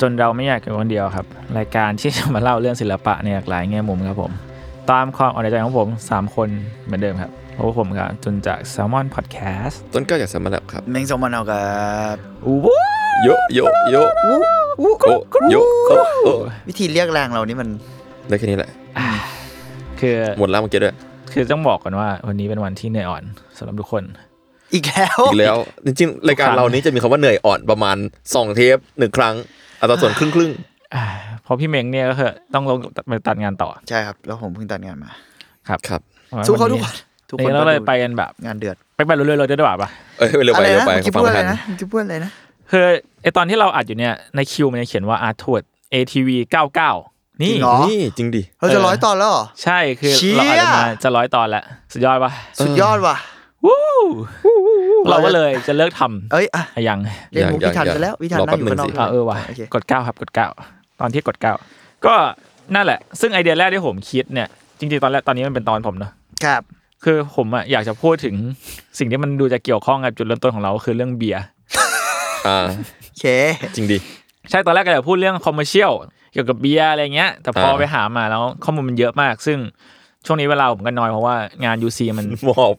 จนเราไม่อยากอยู่คนเดียวครับ รายการที่จะมาเล่าเรื่องศิลปะในหลากหลายแง่มุมครับผม ตามความอ่อนใจของผม 3 คนเหมือนเดิมครับพบกับผมครับจุนจาก s ซ l m o n Podcast ต้นกล้าจากสมรับครับ เมงสมวันเอาครับ อู้ว โยโยโยโอ้โยโอ้โอ้ วิธีเรียกแรงเรานี่มัน ได้แค่นี้แหละ คือ หมดแล้วเมื่อกี้ด้วย คือต้องบอกก่อนว่าวันนี้เป็นวันที่เหนื่อยอ่อนสำหรับทุกคน อีกแล้ว อีกแล้ว จริงๆ รายการเรานี้จะมีคำว่าเหนื่อยอ่อนประมาณ 2 เทปหนึ่งครั้งอัตราส่วนครึ่งครึ่ง เพราะพี่เมงเนี่ยก็คือต้องลงไปตัดงานต่อ ใช่ครับ แล้วผมเพิ่งตัดงานมา ครับ ๆครับ สู้เขาทุกคนทุกคน เราเลย ดู ไปกันแบบ งานเดือด ไปแบบเรื่อยๆเลยได้ป่ะ เอ้ยเร็ว อะ ไป ไร เร็ว นะ ไป เมื่อกี้ ฟัง พูด ไม่ อะไร ทัน นะเมื่อกี้พูดอะไรนะ คือไอตอนที่เราอัดอยู่เนี่ยในคิวมันจะเขียนว่าอาร์ทวด ATV 99 จ นี่ ริงเหรอ นี่จริงดิ เราจะ เออ ร้อยตอนแล้วเหรอ ใช่คือ เชี่ย เราอัดกันมาจะร้อยตอนแล้ว สุดยอดปะ สุดยอดว่ะ วู้เราก็เลยจะเลิกท เอ้ยอ่ะ ำยัง เล่นมุก ยัง พิธัน ยัง ไปแล้ววิธัน รอ นั่งอยู่ แป๊บหนึ่งข้างนอกสิ อ่ะเออว่ะ โเค กด 9 ครับกด 9 ตอนที่กด 9 ก็นั่นแหละ ซึ่งไอเดียแรกที่ผมคิดเนี่ย จริงๆ ตอนแรกตอนนี้มันเป็นตอนผมเนอะ ครับ คือผมอะอยากจะพูดถึงสิ่งที่มันดูจะเกี่ยวข้องกับจุดเริ่มต้นของเราคือเรื่องเบียร์ อ่า โอเค จริงดิ ใช่ตอนแรกก็จะพูดเรื่องคอมเมอร์เชียลเกี่ยวกับเบียร์อะไรเงี้ย แต่พอ อ่า ไปหามาแล้วข้อมูลมันเยอะมาก ซึ่งช่วงนี้เวลาผมก็น้อยเพราะว่างาน UC มัน มอบ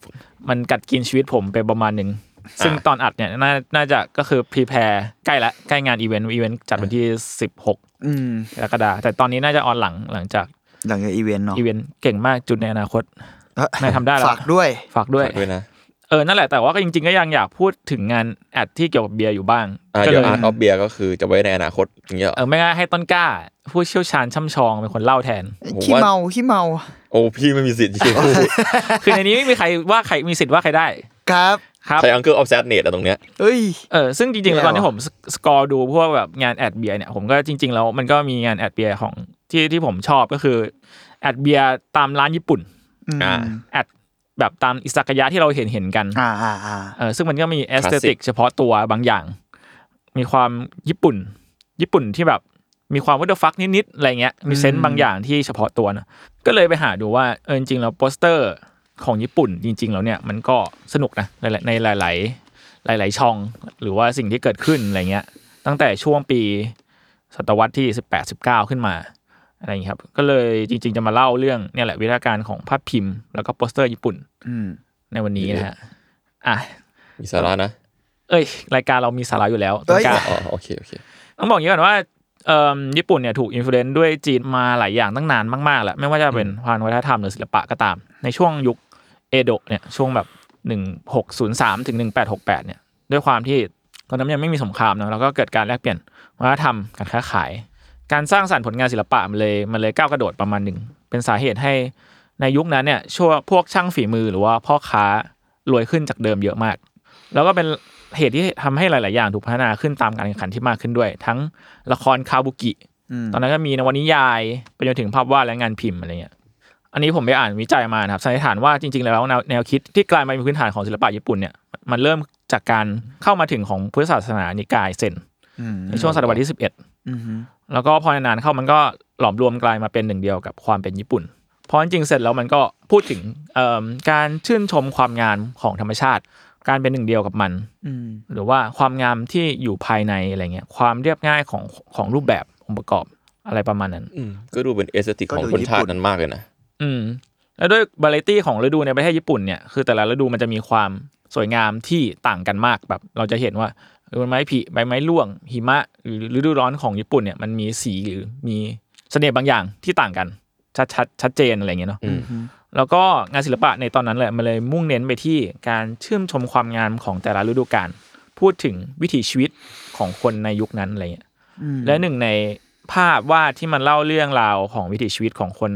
มันกัดกินชีวิตผมไปประมาณหนึ่ง ซึ่งตอนอัดเนี่ยน่าน่าจะก็คือพรีแพร์ใกล้ละใกล้งานอีเวนต์อีเวนต์จัดวันที่ 16ก อืม รกฎาคมแต่ตอนนี้น่าจะออนหลังหลังจาก หลังจากอีเวนต์เนาะ อีเวนต์เก่งมากจุดในอนาคต เอ้ย นายทำได้แล้ว ฝากด้วย ฝากด้วย ด้วยนะ เออนั่นแหละแต่ว่าก็จริงๆก็ยังอยากพูดถึงงานแอดที่เกี่ยวกับเบียร์อยู่บ้าง อ่า ก็ เดี๋ เลย วย อาร์ตออฟเบียก็คือจะไว้ในอนาคตอย่างเงี้ยเหรอ เออไม่งั้นให้ต้นกล้า ผู้เชี่ยวชาญช่ำชองเป็นคนเล่าแทน ขี้เมาขี้เมา โอ้พี่ไม่มีสิทธิ์ที่จะพูด คือในนี้ไม่มีใครว่าใครมีสิทธิ์ว่าใครได้ ครับ ครับ ใครอังเกิลออฟแซดเนตอะตรงเนี้ย เอ้ย เออซึ่งจริงๆแล้วตอไม่เอานที่ผมสสกอร์ดูพวกแบบงานแอดเบียร์เนี่ยผมก็จริง ๆ แล้วมันก็มีงานแอดเบียร์ของที่ที่ผมชอบก็คือแอดเบียร์ตามร้านญี่ปุ่น อืม อ่า แอดแบบตามอิสระยะที่เราเห็นเห็นๆกัน อ่าอ่าอ่า เออซึ่งมันก็มีเอสเตติก Classic เฉพาะตัวบางอย่าง มีความญี่ปุ่น ญี่ปุ่นที่แบบมีความวัตเตอร์ฟักนิดๆอะไรเงี้ยมีเซนต์บางอย่างที่เฉพาะตัวนะก็เลยไปหาดูว่าเออจริงๆแล้วโปสเตอร์ของญี่ปุ่นจริง ๆ แล้วเนี่ยมันก็สนุกนะในในหลาย ๆ หลาย ๆ ช่องหรือว่าสิ่งที่เกิดขึ้นอะไรเงี้ย ตั้งแต่ช่วงปีศตวรรษที่ 18 19 ขึ้นมาอะไรอย่างนี้ยครับ ก็เลยจริง ๆ จะมาเล่าเรื่องเนี่ยแหละวิทยาการของภาพพิมพ์ แล้วก็โปสเตอร์ญี่ปุ่น อืม ในวันนี้นะฮะอ่ะ มีสาระนะ เอ้ย รายการเรามีสาระอยู่แล้วต้นกล้า อ๋อโอเคโอเค ต้องบอกอย่างนี้ก่อนว่าเอิ่มญี่ปุ่นเนี่ยถูกอิมโฟเรนซ์ด้วยจีนมาหลายอย่างตั้งนานมาก ๆ แหละไม่ว่าจะเป็นทางวัฒนธรรมหรือศิลปะก็ตาม ในช่วงยุคเอโดะเนี่ยช่วงแบบ 1603ถึง1868เนี่ย ด้วยความที่ตอนนั้นยังไม่มีสงครามเนอะแล้วก็เกิดการแลกเปลี่ยนวัฒนธรรมการค้าขาย การสร้างสรรค์ผลงานศิลปะมันเลยมันเลยก้าวกระโดดประมาณหนึ่งเป็นสาเหตุให้ในยุคนั้นเนี่ยช่วพวกช่างฝีมือหรือว่าพ่อค้ารวยขึ้นจากเดิมเยอะมาก แล้วก็เป็นเหตุที่ทำให้หลาย ๆ อย่างถูกพัฒนาขึ้นตามการแข่งขันที่มากขึ้นด้วย ทั้งละครคาบุกิ อืม ตอนนั้นก็มีนวนิยายไปจนถึงภาพวาดและงานพิมพ์อะไรเงี้ย อันนี้ผมไปอ่านวิจัยมานะครับสันนิษฐานว่าจริง ๆ แล้วแนวแนวคิดที่กลายมาเป็นพื้นฐานของศิลปะญี่ปุ่นเนี่ยมันเริ่มจากการเข้ามาถึงของพุทธศาสนานิกายเซน อืม ในช่วงศตวรรษที่ อืม 11 แล้วก็พอนานๆเข้ามันก็หลอมรวมกลายมาเป็นหนึ่งเดียวกับความเป็นญี่ปุ่น เพราะจริงๆเสร็จแล้วมันก็พูดถึงเอิ่มการชื่นชมความงามของธรรมชาติ การเป็นหนึ่งเดียวกับมัน อืม หรือว่าความงามที่อยู่ภายในอะไรเงี้ยความเรียบง่ายของของรูปแบบองค์ประกอบอะไรประมาณนั้น อืมก็ดูเป็นเอสติก ก็ ของ ดู คนชาติญี่ปุ่น นั้นมากเลยนะ อืมแล้วด้วยบาเลตี้ของฤดูในประเทศญี่ปุ่นเนี่ยคือแต่ละฤดูมันจะมีความสวยงามที่ต่างกันมากแบบ เราจะเห็นว่าใบไม้ผลิใบไม้ร่วง หิมะหรือฤดูร้อนของญี่ปุ่นเนี่ยมันมีสีหรือมีเสน่ห์บางอย่างที่ต่างกัน ชัดชัดชัดเจนอะไรอย่างเงี้ยเนาะ อืม แล้วก็งานศิลปะในตอนนั้นแหละมันเลยมุ่งเน้นไปที่การชื่นชมความงามของแต่ละฤดูกาลพูดถึงวิถีชีวิตของคนในยุคนั้นอะไรเงี้ย อืม และหนึ่งในภาพวาดที่มันเล่าเรื่องราวของวิถีชีวิตของคน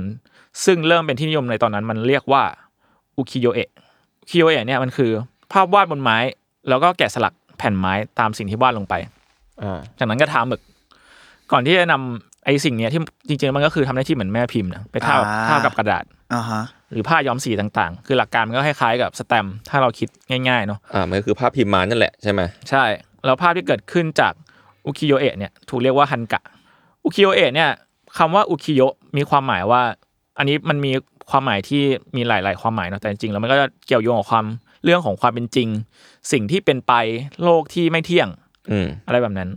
ซึ่งเริ่มเป็นที่นิยมในตอนนั้นมันเรียกว่าอุคิโยเอะอุคิโยเอะเนี่ยมันคือ ภาพวาดบนไม้ แล้วก็แกะสลักแผ่นไม้ตามสิ่งที่วาดลงไป อ่า จากนั้นก็ทาหมึก ก่อนที่จะนำไอ้สิ่งเนี้ยที่จริงๆมันก็คือทำหน้าที่เหมือนแม่พิมพ์นะไปทาบทาบกับกระดาษ อ่าฮะ หรือผ้าย้อมสีต่างๆ คือหลักการมันก็คล้ายๆกับสแตมป์ถ้าเราคิดง่ายๆเนาะ อ่ามันก็คือภาพพิมพ์มานั่นแหละใช่ไหม ใช่ แล้วภาพที่เกิดขึ้นจากอุคิโยเอะเนี่ยถูกเรียกว่าฮันกะอุคิโยเอะเนี่ยคำว่าอุคิโยมีความหมายว่า อันนี้มันมีความหมายที่มีหลาย ๆ ความหมายเนาะแต่จริงๆแล้วมันก็จะเกี่ยวโยงกับความเรื่องของความเป็นจริง สิ่งที่เป็นไปโลกที่ไม่เที่ยง อืม อะไรแบบนั้น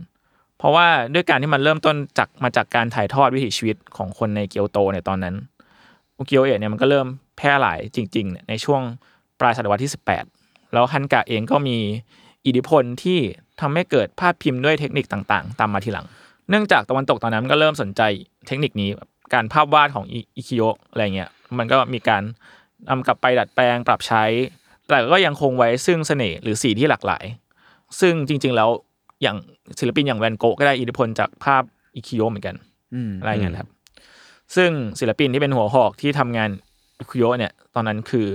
เพราะว่าด้วยการที่มันเริ่มต้นจากมาจากการถ่ายทอดวิถีชีวิตของคนในเกียวโตในตอนนั้นอุกิโยเอะเนี่ยมันก็เริ่มแพร่หลายจริงๆเนี่ยในช่วงปลายศตวรรษที่ 18 แล้วฮันกะเองก็มีอิทธิพลที่ทำให้เกิดภาพพิมพ์ด้วยเทคนิคต่างๆ ตามมาทีหลัง เนื่องจากตะวันตกตอนนั้นมันก็เริ่มสนใจเทคนิคนี้แบบการภาพวาดของอิอิคิโยะอะไรเงี้ยมันก็มีการนำกลับไปดัดแปลงปรับใช้ แต่ก็ยังคงไว้ซึ่งเสน่ห์หรือสีที่หลากหลาย ซึ่งจริง ๆ แล้วอย่างศิลปินอย่างแวนโกะก็ได้อิทธิพลจากภาพอิคิโยะเหมือนกัน อืม อะไรเงี้ยครับ ซึ่งศิลปินที่เป็นหัวหอกที่ทำงานอุคุโยะเนี่ย ตอนนั้นคือ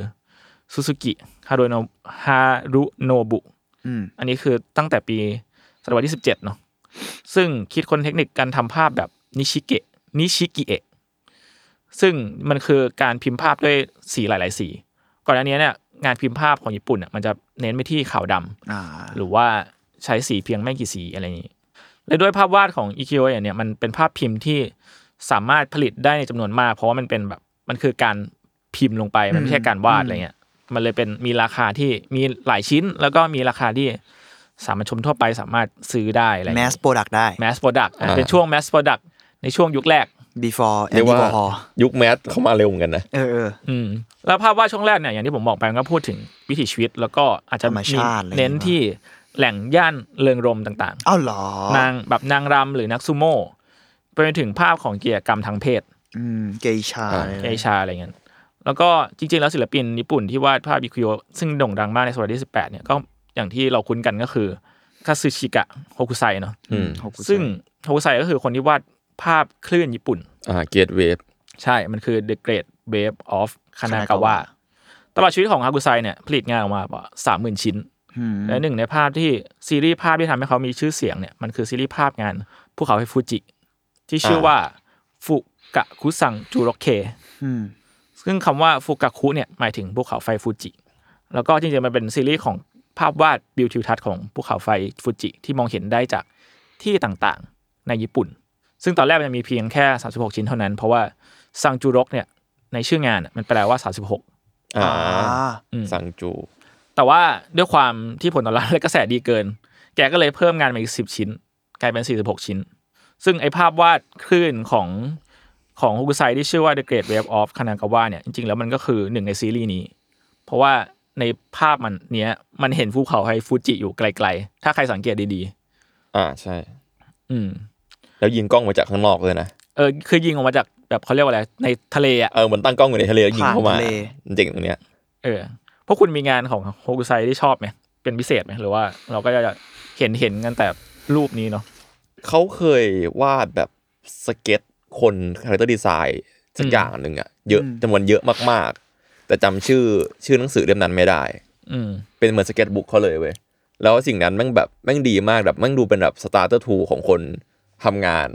ซูซูกิฮารุโนฮารุโนบุ อืม อันนี้คือตั้งแต่ปีศตวรรษที่ 17 เนาะ ซึ่งคิดค้นเทคนิคการทำภาพแบบนิชิเกะ นิชิกิเอะ ซึ่งมันคือการพิมพ์ภาพด้วยสีหลาย ๆ สี ก่อนอันเนี้ยเนี่ยงานพิมพ์ภาพของญี่ปุ่นอ่ะมันจะเน้นไปที่ขาวดำ อ่า หรือว่าใช้สีเพียงไม่กี่สีอะไรอย่างนี้ และด้วยภาพวาดของ e q o เนี่ยมันเป็นภาพพิมพ์ที่สามารถผลิตได้ในจำนวนมาก เพราะว่ามันเป็นแบบมันคือการพิมพ์ลงไปมันไม่ใช่การวาดอะไรเงี้ยมันเลยเป็นมีราคาที่มีหลายชิ้น แล้วก็มีราคาที่สามัญชนทั่วไปสามารถซื้อได้อะไร แมสโปรดักได้ แมสโปรดัก อ่า เป็นช่วงแมสโปรดักในช่วงยุคแรก before เรี and ยกว่า before ยุคแมสเข้ามาเร็วเหมือนกันนะ เออเออ อืมแล้วภาพวาดช่วงแรกเนี่ยอย่างที่ผมบอกไปมันก็พูดถึงวิถีชีวิต แล้วก็อาจจะ ธรรมชาติอะไรอย่างเงี้ย เน้นที่แหล่งย่านเริงรมย์ต่าง ๆ อ้าวเหรอน างแบบนางรำหรือนักซูโม่ไปจนถึงภาพของกิจกรรมทางเพศ อืม เกย์ชา อ่า เลยนะ เอชาอะไรเงี้ยแล้วก็จริงๆ แล้วศิลปินญี่ปุ่นที่วาดภาพอิคุโยซึ่งโด่งดังมากในศตวรรษที่ 18 เนี่ยก็อย่างที่เราคุ้นกันก็คือคาซึชิกะโฮคุไซเนาะ อืม หกสิบ ซึ่งโฮคุไซก็คือคนที่วาดภาพคลื่นญี่ปุ่น อ่าเกตเวฟ ใช่ มันคือ The Great Wave of Kanagawa ตลอดชีวิตของฮากุไซเนี่ยผลิตงานออกมาประมาณสามหมื่นชิ้น อืม และหนึ่งในภาพที่ซีรีส์ภาพที่ทำให้เขามีชื่อเสียงเนี่ยมันคือซีรีส์ภาพงานภูเขาไฟฟูจิ ที่ชื่อว่าฟุกะคุซังจูโรเค อืม ซึ่งคำว่าฟุกะคุเนี่ยหมายถึงภูเขาไฟฟูจิ แล้วก็จริงๆมันเป็นซีรีส์ของภาพวาดบิวทิวทัศน์ของภูเขาไฟฟูจิ ที่มองเห็นได้จากที่ต่างๆในญี่ปุ่น ซึ่งตอนแรกมันจะมีเพียงแค่ 36 ชิ้นเท่านั้น เพราะว่าซังจูโรกเนี่ยในชื่องานน่ะมันแปลว่า 36 อ่า อ่า สังจู แต่ว่าด้วยความที่ผลตอบรับและกระแสดีเกิน แกก็เลยเพิ่มงานมาอีกสิบชิ้น กลายเป็นสี่สิบหกชิ้น ซึ่งไอภาพวาดคลื่นของของฮุกุไซที่ชื่อว่า The Great Wave of Kanagawa เนี่ยจริงๆแล้วมันก็คือหนึ่งในซีรีส์นี้ เพราะว่าในภาพมันเนี้ยมันเห็นภูเขาไฮฟูจิอยู่ไกลๆ ถ้าใครสังเกตดี อ่าใช่ ๆ อืม แล้วยิงกล้องมาจากข้างนอกเลยนะ เออคือยิงออกมาจากแบบเขาเรียกว่าอะไรในทะเลอ่ะ เออเหมือนตั้งกล้องอยู่ในทะเลแล้วยิงเข้ามา ผ่านทะเล เจ๋งตรงเนี้ย เออพวกคุณมีงานของโฮกุไซที่ชอบไหมเป็นพิเศษไหมหรือว่าเราก็จะเห็นเห็นกันแต่รูปนี้เนาะ เขาเคยวาดแบบสเก็ตคนคาแรคเตอร์ดีไซน์สัก อืม อย่างหนึ่งอะเยอะจำนวนเยอะมากๆ แต่จำชื่อชื่อหนังสือเล่มนั้นไม่ได้ อืม เป็นเหมือนสเก็ตบุ๊กเขาเลยเว้ยแล้วสิ่งนั้นแม่งแบบแม่งดีมากแบบแม่งดูเป็นแบบสตาร์เตอร์ทูของคนทำงาน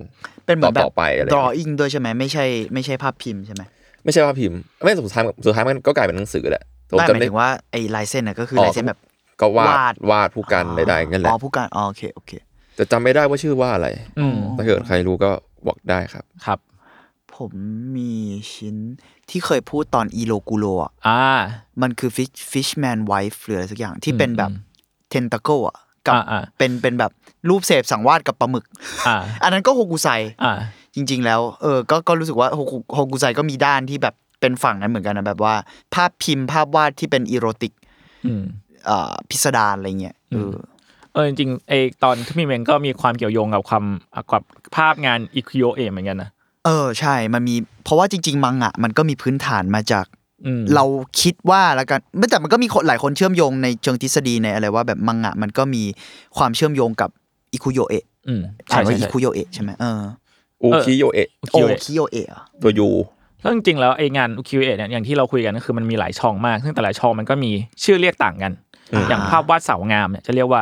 เป็นเหมือนแบ ต่ บ อไปอะไร drawing ด้วยใช่ไหมไม่ใช่ไม่ใช่ภาพพิมพ์ใช่ไหม ไม่ใช่ภาพพิมพ์ไม่สุดท้ายสุดท้ายมันก็กลายเป็นหนังสือแหละแต่ผม ไม่ห จำ มาย ได้ ถึงว่าไอ้ลายเส้นน่ะก็คืออลายเส้นแบบ ก็วาด วาด วาดผู้กันใดๆนั่นแห อ๋ ละ อผู้การอ๋อโอเคโอเค แต่จำไม่ได้ว่าชื่อว่าอะไร อืม ถ้าเกิดใครรู้ก็บอกได้ครับ ครับ ผ ผมมีชิ้นที่เคยพูดตอนอีโลกูโลอ่ะ อ่า มันคือ fish fishman wife หรืออะไรสักอย่างที่เป็นแบบ อืม เทนตา c ก e อ่ะกับ อ่าอ่า เป็นเป็นแบบรูปเสพสังวาสกับปลาหมึก อ่า อันนั้นก็โฮกุไซ อ่า จริง ๆ แล้วเออก็ก็รู้สึกว่าโฮกุโฮกุไซก็มีด้านที่แบบเป็นฝั่งนั้นเหมือนกันนะแบบว่า ภาพพิมพ์ภาพวาดที่เป็นอีโรติก อืม เอ่อพิสดารอะไรเงี้ยเอออ เออจริงๆไอตอนที่มีเมงก็มีความเกี่ยวโยงกับความกับภาพงานอิคิโอเอเหมือนกันนะ เออใช่ มันมีเพราะว่าจริง ๆ มังงะมันก็มีพื้นฐานมาจาก อืม เราคิดว่าแล้วกันไม่แต่มันก็มีคนหลายคนเชื่อมโยงในเชิงทฤษฎีในอะไรว่าแบบมังงะมันก็มีความเชื่อมโยงกับอิคุโยเอะ อืม อ่านว่า ใช่ใช่ อิคุโยเอะใช่ไหมเออ อูคิโยเอะ อุ โอ คิโอเอะ คิโยเอะเหรอ ตัวยู แล้วจริงๆแล้วไองานอุคิโอเอะเนี่ยอย่างที่เราคุยกันก็คือมันมีหลายช่องมาก ซึ่งแต่ละช่องมันก็มีชื่อเรียกต่างกัน อย่างภาพวาดเสาวงามเนี่ยจะเรียกว่า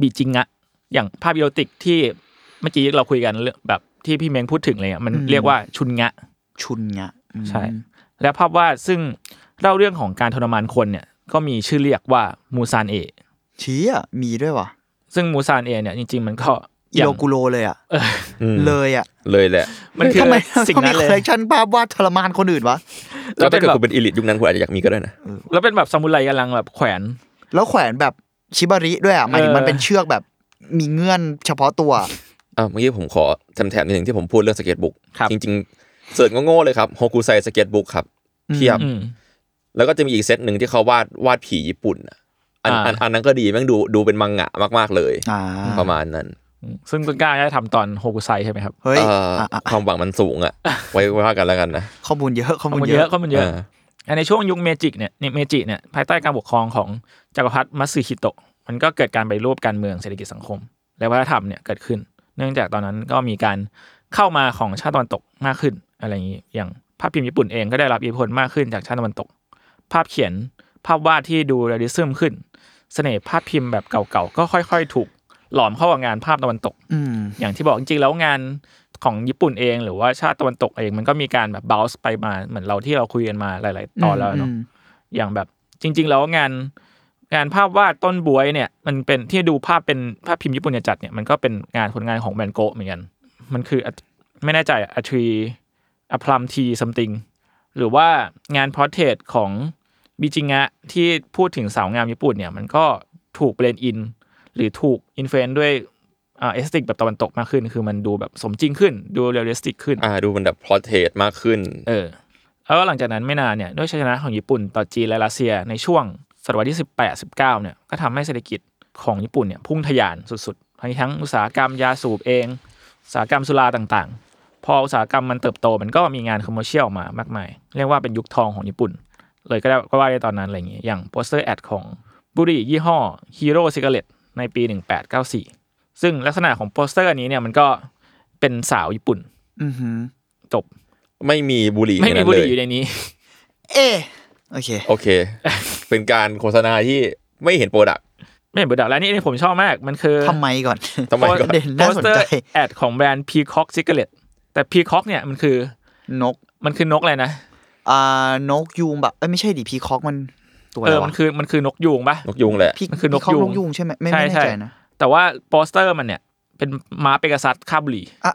บีจิงะอย่างภาพอีโรติกที่เมื่อกี้เราคุยกันเรื่องแบบที่พี่เมงพูดถึงเลยอ่ะมันเรียกว่าชุนงะ ชุนงะอืม ใช่ และภาพวาดซึ่งเล่าเรื่องของการทรมานคนเนี่ยก็มีชื่อเรียกว่ามูซานเอะ เชี้อ่ะมีด้วยว่ะ ซึ่งมูซานเอะเนี่ยจริงๆมันก็ อิ ย่า โรง กุโรเลยอ่ะ อืม เลยอ่ะ เลยแหละ มันคือ ทำไม สิ่ง ต้องมี นั้นเล คอลเลย คชันภาพวาดทรมานคนอื่นวะ แล้วถ้าเกิด แล้วเป็นแบบ คุณเป็นอีลิทยุคนั้นคุณอาจจะอยากมีก็ได้นะ แล้วเป็นแบบซามูไรกำลังแบบแขวน แล้วแขวนแบบชิบาริด้วยอ่ะหมายถึงมันเป็นเชือกแบบมีเงื่อนเฉพาะตัว อ่าเมื่อกี้ผมขอแถมๆนิดหนึ่งที่ผมพูดเรื่องสเก็ตบุ๊ก ครับ จริงๆเสิร์ชโง่ๆเลยครับโฮกุไซสเก็ตบุ๊กครับเทียบ อืม แล้วก็จะมีอีกเซตหนึ่งที่เขาวาดวาดผีญี่ปุ่นอะอัน อ่า อันอันนั้นก็ดีแม่งดูดูเป็นมังงะมากๆเลย อ่า ประมาณนั้น ซึ่งต้นกล้าได้ทำตอนโฮกุไซใช่ไหมครับ เฮ้ย เอ่ออ อ่ะ ความหวังมันสูงอะ ไว้ไว้ว่ากันแล้วกันนะ ข้อมูลเยอะข้อ ข้อ มูล มูล เย เย อะ อะข้อมูลเยอะ า อันในช่วงยุคเมจิเนี่ยเนี่ยเมจิเนี่ยภายใต้การปกครองของจักรพรรดิมัตสึฮิโตะมันก็เกิดการไปรูปการเมืองเศรษฐกิจสังคม และวัฒนธรรมเนี่ยเกิดขึ้น เนื่องจากตอนนั้นก็มีการเข้ามาของชาติตะวันตกมากขึ้นอะไรอย่างนี้อย่างภาพพิมพ์ญี่ปุ่นเองก็ได้รับอิทธิพลมากขึ้นจากชาติตะวันตก ภาพเขียนภาพวาดที่ดูเรียลลิซึมขึ้น เสน่ห์ภาพพิมพ์แบบเก่าๆก็ค่อย ๆ ถูกหลอมเข้ากับงานภาพตะวันตก อืม อย่างที่บอกจริงๆแล้วงานของญี่ปุ่นเอง หรือว่าชาติตะวันตกเองมันก็มีการแบบ bounce ไปมาเหมือนเราที่เราคุยกันมาหลาย ๆ ตอนแล้วเนาะ อืม อย่างแบบจริง ๆ แล้วงานงานภาพวาดต้นบวยเนี่ย มันเป็นที่ดูภาพเป็นภาพพิมพ์ญี่ปุ่นจัดเนี่ยมันก็เป็นงานผลงานของแวนโกะเหมือนกัน มันคืออะไม่แน่ใจอะทรีอะพลัมทีซัมติงหรือว่างานพอร์เทรตของบิจิงะที่พูดถึงสาวงามญี่ปุ่นเนี่ยมันก็ถูกเบรนอิน หรือถูกอินฟลูเอนซ์ด้วยอ่าเอสติกแบบตะวันตกมากขึ้น คือมันดูแบบสมจริงขึ้น ดูเรียลลิสติกขึ้น อ่าดูมันแบบพลอเทสมากขึ้น เออ แล้วก็หลังจากนั้นไม่นานเนี่ย ด้วยชัยชนะของญี่ปุ่นต่อจีนและรัสเซียในช่วงศตวรรษที่ 18 19 เนี่ย ก็ทำให้เศรษฐกิจของญี่ปุ่นเนี่ย พุ่งทะยานสุดๆ ทั้งทั้งอุตสาหกรรมยาสูบเอง อุตสาหกรรมสุราต่างๆ พออุตสาหกรรมมันเติบโตมันก็มีงานคอมเมอรเชียลมามากมาย เรียกว่าเป็นยุคทองของญี่ปุ่น เลยก็ได้ก็ว่าในตอนนั้นอะไรอย่างเงี้ยอย่างโปสเตอร์แอดของบุหรี่ยี่ห้อฮีโร่ซิกเ t ตในปี 1894 ซึ่งลักษณะของโปสเตอร์อันนี้เนี่ยมันก็เป็นสาวญี่ปุ่น อือหือ จบ ไม่มีบุหรี่ ไม่มี ในนั้น บุห เล รี่ ย อยู่ในนี้ เอะโอเค โอ เค เป็นการโฆษณาที่ไม่เห็นโปรดักต์ ไม่เห็นโปรดักต์แล้วนี่นี่ผมชอบมาก มันคือ ทำไมก่อน ทำไมก็ ประเด็น โป น่า ส สน เตอ ใจ ร์แอดของแบรนด์ Peacock Cigarette แต่ Peacock เนี่ยมันคือน ก มันคือนกอะไรนะ อ่า นกยูงแบบ เอ้ยไม่ใช่ดิพีคอกมันตัวอะ เอ ไร อ มั วะ นคือมันคือนกยูงปะ นกยุงแหละ พี มันคือนก พีคอก ยูง นกยูงใช่ไหมไม่ ใช่ ไม่แน่ ใช่ ใจนะ แต่ว่าโปสเตอร์มันเนี่ย เป็นม้าเปกัสซัสคาบบุหรี อ่ะ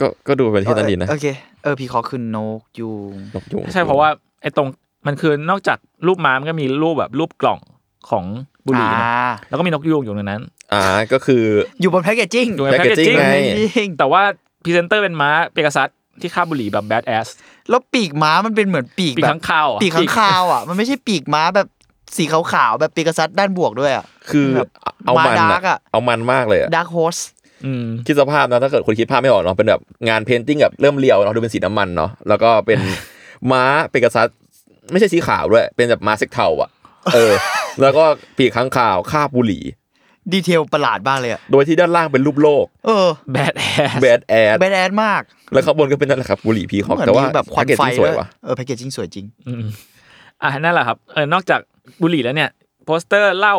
ก็ก็ดูเป็นที่นั่นดีนะ โอเค เออพีคอกคือนกยูง นกยุง ใช่เพราะว่าไอ้ตรงมันคือนอกจากรูปม้ามันก็มีรูปแบบรูปกล่องของบุหรี่นะ อ่า แล้วก็มีนกยูงอยู่ในนั้น อ่าก็คือ อยู่บนแพคเกจจิ้ง อยู่ใน packaging packaging ไง จริง แต่ว่าพรีเซนเตอร์เป็นม้าเปกัสซัสที่คาบบุหรี่แบบแบดแอส แล้วปีกม้ามันเป็นเหมือนปีก ปีก แบ ข้างคาบวอะ ปีกข้างคาวอ่ะ มันไม่ใช่ปีกม้าแบบสีขาวๆแบบปีกษัตริย์ด้านบวกด้วยอ่ะ คือ แบบ เอามัน มาดาร์ อะ กอะ เอามันมากเลยอะ ดาร์คโฮส อืม คิดสภาพนะถ้าเกิดคุณคิดภาพไม่ออกเนาะเป็นแบบงานเพนติ้งแบบเริ่มเรียวเราดูเป็นสีน้ำมันเนาะแล้วก็ เป็น ม้าเป็นกษัตริย์ไม่ใช่สีขาวด้วย เป็นแบบม้าเซ็กเทาอะเออ แล้วก็ปีกข้างข่าวคาบบุหรี่ ดีเทลประหลาดมากเลยอ่ะ โดยที่ด้านล่างเป็นรูปโลก เออ แบดแอส แบดแอด แบดแอดมาก แล้วข้างบนก็เป็นนั่นแหละครับบุหรี่พีคอก เหมือน แต่ มี ว่า แบบควันไฟ แพ็กเกจจิ้งสว ด้วย ย ว่ะ เออแพคเกจจิ้งสวยจริง อืมอ่ะนั่นแหละครับเออนอกจากบุหรี่แล้วเนี่ยโปสเตอร์เล่า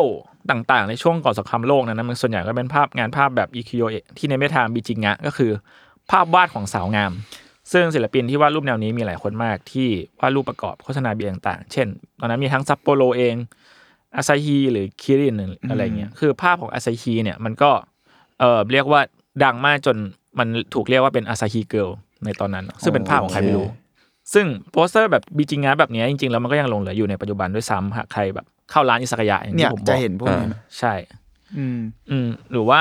ต่างๆ ในช่วงก่อนสงครามโลกนั้นนะมันส่วนใหญ่ก็เป็นภาพงานภาพแบบอิคิโยเอะที่ในไม่ทางบิจิงะก็คือ ภาพวาดของสาวงาม ซึ่งศิลปินที่วาดรูปแนวนี้มีหลายคนมากที่วาดรูปประกอบโฆษณาเบียร์ต่างๆ เช่น ตอนนั้นมีทั้งซัปโปโรเองอาซาฮีหรือคิรินอะไรเงี้ยคือภาพของอาซาฮีเนี่ยมันก็เออเรียกว่าดังมากจนมันถูกเรียกว่าเป็นอาซาฮีเกิล ในตอนนั้น ซึ่งเป็นภาพของใครไม่รู้ ซึ่งโปสเตอร์แบบบีจิงงะแบบเนี้ยจริงๆ แล้วมันก็ยังหลงเหลืออยู่ในปัจจุบันด้วยซ้ำหากใครแบบเข้าร้านอิสกายะอย่าง เนี่ย ที่ผมบ จะ อก เห็นพวกนี้นะ ใช่ อืม อืมหรือว่า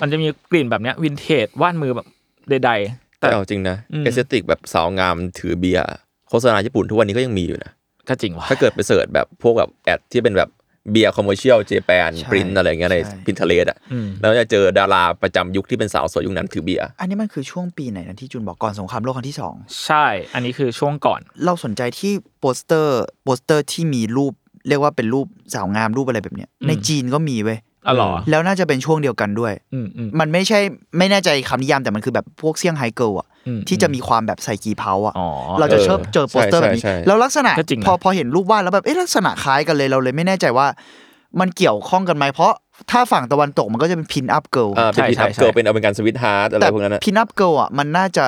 มันจะมีกลิ่นแบบเนี้ยวินเทจวาดมือแบบใด แต่เอาจริงนะ อืม เอสเตติกแบบสาวงามถือเบียร์โฆษณาญี่ปุ่นทุกวันนี้ก็ยังมีอยู่นะ ๆ ก็จริงว่ะ ถ้าเกิดไปเสิร์ชแบบพวกแบบแอดที่เป็นแบบเบียร์คอมเมอร์เชียลเจแปน ใช่ ปรินอะไรอย่างเงี้ยใน ใช่ พินเทเลสอ่ะ อืม แล้วจะเจอดาราประจำยุคที่เป็นสาวสวยยุคนั้นถือเบียร์ อันนี้มันคือช่วงปีไหนนะที่จุนบอกก่อนสงครามโลกครั้งที่สอง ใช่ อันนี้คือช่วงก่อน เราสนใจที่โปสเตอร์โปสเตอร์ที่มีรูป เรียกว่าเป็นรูปสาวงามรูปอะไรแบบเนี้ย อืม ในจีนก็มีเว้ย อ๋อเหรอ แล้วน่าจะเป็นช่วงเดียวกันด้วย อืมอืม มันไม่ใช่ไม่แน่ใจคำนิยามแต่มันคือแบบพวกเซี่ยงไฮ้เกิลอะ อื ที่จะมีความแบบใส่กีเพาอะ อ๋อ เราจะชอบเจอโปสเตอร์แบบนี้ ใช่ใช่ใช่ แล้วลักษณะ ก็จริงนะ พอพอเห็นรูปวาดแล้วแบบเอ๊ะลักษณะคล้ายกันเลยเราเลยไม่แน่ใจว่า มันเกี่ยวข้องกันไหมเพราะถ้าฝั่งตะวันตกมันก็จะเป็นพินอัพเกิล อ่าเป็น ใช่ พิทับ ใช่ เกิดเป็นอเมริกันสวิตฮาร์ดอะไร แต่ พวกนั้นอะ พินอัพเกิลอะมันน่าจะ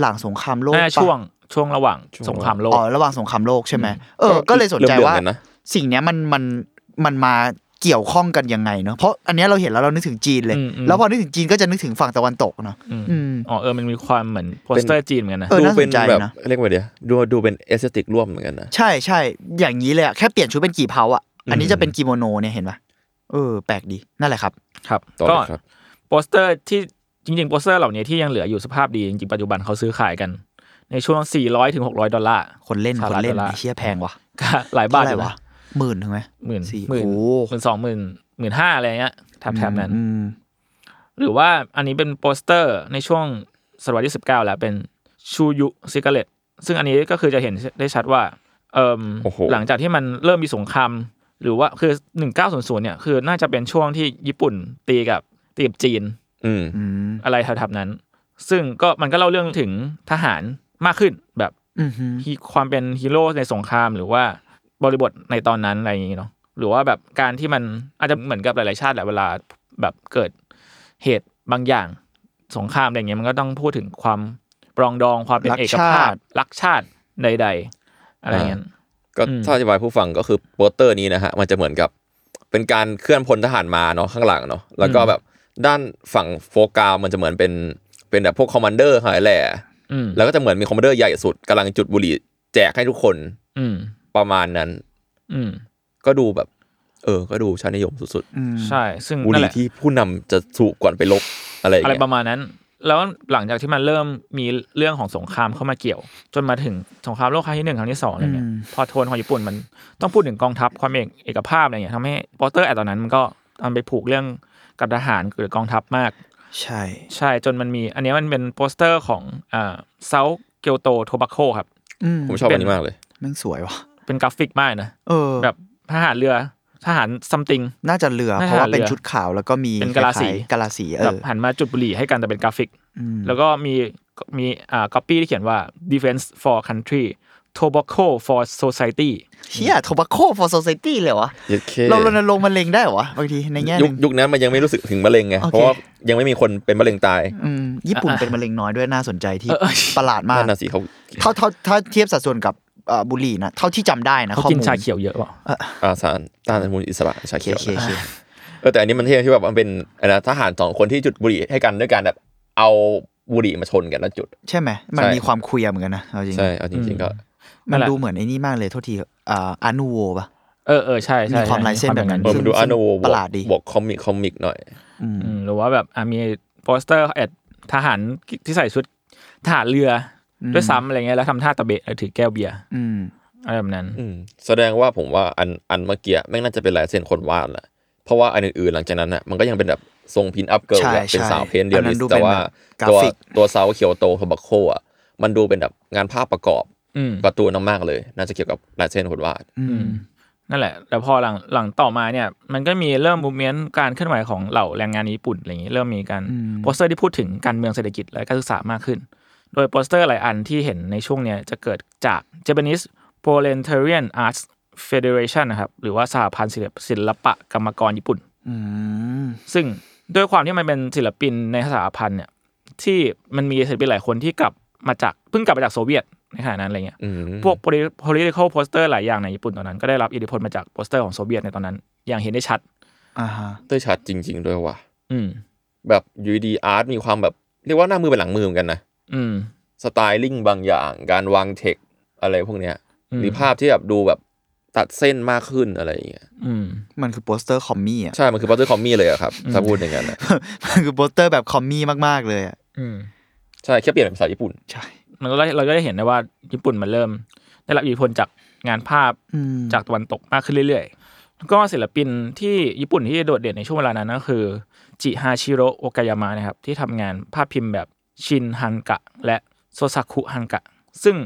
หลังสงครามโลก น่าจะ ปะ ช่วงช่วงระหว่างสงครามโลก อ๋อระหว่างสงครามโลกใช่ไหมเออ ก็เลยสนใจ ริ่มดือ ว่า กันะ สิ่งเนี้ยมันมันมันมาเกี่ยวข้องกันยังไงเนาะเพราะอันเนี้ยเราเห็นแล้วเรานึกถึงจีนเลย อืมอืม แล้วพอนึกถึงจีนก็จะนึกถึงฝั่งตะวันตกเนาะ อืม อืม อ๋อเออมันมีความเหมือนโปสเตอร์จีนเหมือนกันนะ เออ ดู น่าสน เป็น ใจ แบบ นะ เรียกว่าเดี๋ยวดูดูเป็นเอสเตติกร่วมเหมือนกันนะ ใช่ใช่อย่างนี้เลยอะแค่เปลี่ยนชุดเป็นกี่เผาอ่ะอันนี้จะเป็นกิโมโนเนี่ยเห็นปะเออ แปลกดีนั่นแหละครับ ครับ ต่อ ก็ เลยครับ โปสเตอร์ที่จริงๆโปสเตอร์เหล่านี้ที่ยังเหลืออยู่สภาพดีจริงๆปัจจุบันเขาซื้อขายกัน ในช่วง 400ถึง600 ดอลลาร์ คนเล่น สห ค รั น ฐ เล่น ดอลลาร์ ไอ้เชี่ยแพงวะ ก็หลายบาทเท่าอยู่ไหร่วะ นะ หมื่นถึงไหม หมื่น สี่ หมื่น โอ้ หมื่นสองหมื่นหมื่นห้าอะไรอย่างเงี้ยแถบแถบๆนั้น อืม หรือว่าอันนี้เป็นโปสเตอร์ในช่วงศตวรรษที่สิบเก้าแล้วเป็นชูยุซิกาเลตซึ่งอันนี้ก็คือจะเห็นได้ชัดว่าเอิ่ม โอ้โห หลังจากที่มันเริ่มมีสงครามหรือว่าคือหนึ่งเก้าศูนย์ศูนย์เนี่ยคือน่าจะเป็นช่วงที่ญี่ปุ่นตีกับตีกับจีน อืม อืม อะไรแถบๆนั้น ซึ่งก็มันก็เล่าเรื่องถึงทหารมากขึ้นแบบ อืมฮึ ฮีความเป็นฮีโร่ในสงครามหรือว่าบริบทในตอนนั้นอะไรอย่างนี้เนาะหรือว่าแบบการที่มันอาจจะเหมือนกับหลายๆชาติแหละเวลาแบบเกิดเหตุบางอย่างสงครามอะไรเงี้ยมันก็ต้องพูดถึงความปรองดองความเป็นเอกภา พรักชาติใด ๆ อะไรเงี้ย ก็ อืม ถ้าอธิบายผู้ฟังก็คือโปสเตอร์นี้นะฮะมันจะเหมือนกับเป็นการเคลื่อนพลทหารมาเนาะข้างหลังเนาะแล้วก็แบบด้านฝั่งโฟกาวมันจะเหมือนเป็นเป็นแบบพวกคอมมานเดอร์หายแหล่ อืม แล้วก็จะเหมือนมีคอมมานเดอร์ใหญ่สุดกำลังจุดบุหรี่แจกให้ทุกคน อืม ประมาณนั้น อืม ก็ดูแบบ เออ ก็ดูชาตินิยมสุด อืม ใช่ซึ่ง ๆบุห นั่น รี่ แหละ ที่ผู้นำจะสูบก่อนไปลบอะไรอย่าง อะไร เงี้ ประ ย มาณนั้น แล้วหลังจากที่มันเริ่มมีเรื่องของสงครามเข้ามาเกี่ยว จนมาถึงสงครามโลกครั้งที่หนึ่งครั้งที่สองอะไรเงี้ย พอโทนของญี่ปุ่นมันต้องพูดถึงกองทัพความเอกเอกภาพอะไรเงี้ยทำให้โปสเตอร์แอดตอนนั้นมันก็มันไปผูกเรื่องกับทหารหรือกองทัพมาก ใช่ ใช่จนมันมี อันเนี้ยมันเป็นโปสเตอร์ของอ่าเซาเกียวโตโทบ a โคครับ อืม ผมชอบอันนี้มากเลย แม่งสวยวะ เป็นกราฟิกมากนะ เออ แบบทหารเรือทหารซัมติง น่าจะเรือ น่าจะ เพราะว่าเป็น เรือ ชุดขาวแล้วก็มี เป็นกะลาสี คยๆกะลาสีเอ แบบ อ หันมาจุดบุหรี่ให้กันแต่เป็นกราฟิก อืม แล้วก็มีมีอ่าก๊อปปี้ที่เขียนว่า defense for country tobacco for society เชี่ยโทบาโค for society เลยวะ JK เรารณรงค์มะเร็งได้เหรอวะบางทีในแง่ห ยุ นึ ค ง ยุคนั้นมันยังไม่รู้สึกถึงมะเร็งไง โอเค เพราะว่ายังไม่มีคนเป็นมะเร็งตาย อืมญี่ปุ่น อ่ะ เป็นมะเร็งน้อยด้วยน่าสนใจที่ เออเออ ประหลาดมาก นั่นน่ะสิเขา เท่าเท่าถ้าเทียบสัดส่วนกับเอ่อบุหรี่นะเท่าที่จำได้นะ เขา ข้อ กิน มูล ชาเขียวเยอะเปล่ะ อาสารต้านอนุมูลอิสระชา โอเค เขียว โอเคนะโอเค เออแต่อันนี้มันเท่ที่แบบมันเป็นอะไรนะทหารสองคนที่จุดบุหรี่ให้กันด้วยการแบบเอาบุหรี่มาชนกันแล้วจุด ใช่ไหมมัน ใช่ มีความเคลียร์เหมือนกันนะเอาจริง ใช่เอาจริงๆก็ นั่ มัน น แหละ ดูเหมือนไอ้นี่มากเลยโทษทีอ่าอานูโวปะ เออเออใช่ใช่ มีความลายเส้นแบบนั้น เออมันดูอาโนโว ประหลาดดี บวกคอมิกคอมิกหน่อย อืม อืมหรือว่าแบบอ่ะมีโปสเตอร์แอดทหารที่ใส่ชุดทหารเรืออด้วยซ้ำอะไรเงี้ยแล้วทำท่าตะเบะแล้วถือแก้วเบียร์ อืม อะไรแบบนั้น อืมแสดงว่าผมว่าอันอันเมื่อกี้แม่งน่าจะเป็นลายเส้นคนวาดแหละเพราะว่าอันอื่นๆหลังจากนั้นน่ะมันก็ยังเป็นแบบทรงพินอัพเกิร์ล ใช่ แหละเป็น ใช่ สาวเพ้นท์เดีย อั วลิส ดู แต่ เป็น ว่า บบกรา ตัว ฟิก ตัวเซาเขียวโตทบักโคอ่ะมันดูเป็นแบบงานภาพประกอบ อืม การ์ตูนมากๆเลย น่าจะเกี่ยวกับลายเส้นคนวาด อืม นั่นแหละ แล้วพอหลังหลังต่อมาเนี่ย มันก็มีเริ่มมูเมนต์การเคลื่อนไหวของเหล่าแรงงานญี่ปุ่นอะไรอย่างนี้เริ่มมีการโปสเตอร์ที่พูดถึงการเมืองเศรษฐกิจและการศึกษามากขึ้น โดยโปสเตอร์หลายอันที่เห็นในช่วงเนี้ยจะเกิดจาก Japanese Proletarian Arts Federation นะครับหรือว่าสหพันธ์ศิลปศิลปกรรมกรญี่ปุ่น อืม ซึ่งด้วยความที่มันเป็นศิลปินในสหพันธ์เนี่ยที่มันมีศิลปินหลายคนที่กลับมาจากเพิ่งกลับมาจากโซเวียตในขณะนั้นอะไรเงี้ย อืม พวก poli- political poster หลายอย่างในญี่ปุ่นตอนนั้น ก็ได้รับอิทธิพลมาจากโปสเตอร์ของโซเวียตในตอนนั้น อย่างเห็นได้ชัด อ่าฮะ ด้วยชัดจริง ๆ ด้วยว่ะ อืม แบบอยูดีอาร์ตมีความแบบเรียกว่าหน้ามือเป็นหลังมือเหมือนกันนะ อืม สไตลิ่งบางอย่าง การวางเทคอะไรพวกเนี้ย อืม หรือภาพที่แบบดูแบบตัดเส้นมากขึ้นอะไรอย่างเงี้ย อืม มันคือโปสเตอร์คอมมี่อ่ะ ใช่ มันคือพอตเตอร์คอมมี่เลยอะครับ อืม ถ้าพูดอย่างนั้นนะ มันคือโปสเตอร์แบบคอมมี่มากๆเลยอ่ะ อืม ใช่แค่เปลี่ยนเป็นภาษาญี่ปุ่น ใช่ มันก็ได้เราก็ได้เห็นได้ว่าญี่ปุ่นมันเริ่ม ได้รับอิทธิพลจากงานภาพ อืม จากตะวันตกมากขึ้นเรื่อยๆ แล้วก็ศิลปินที่ญี่ปุ่นที่โดดเด่นในช่วงเวลานั้นก็คือ จิฮาชิโรโอกายามะนะครับ ที่ทำงานภาพพิมพ์แบบชินฮันกะ และโซซากุฮันกะ ซึ่ง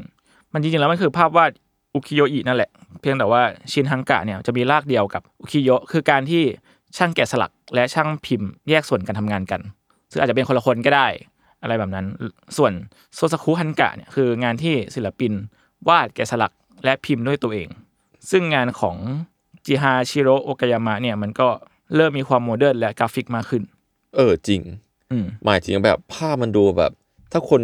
มันจริงๆแล้วมันคือภาพวาดอุคิโยอินั่นแหละ เพียงแต่ว่าชินฮันกะเนี่ยจะมีรากเดียวกับอุคิโยะคือการที่ช่างแกะสลัก และช่างพิมพ์แยกส่วนการทำงานกัน ซึ่งอาจจะเป็นคนละคนก็ได้ อะไรแบบนั้น ส่วนโซซาคุฮันกะเนี่ยคืองานที่ศิลปินวาดแกะสลักและพิมพ์ด้วยตัวเอง ซึ่งงานของจิฮาชิโรโอกายามะเนี่ยมันก็เริ่มมีความโมเดิร์นและกราฟิกมากขึ้น เออจริง อืม หมายถึงแบบภาพมันดูแบบ ถ้าคน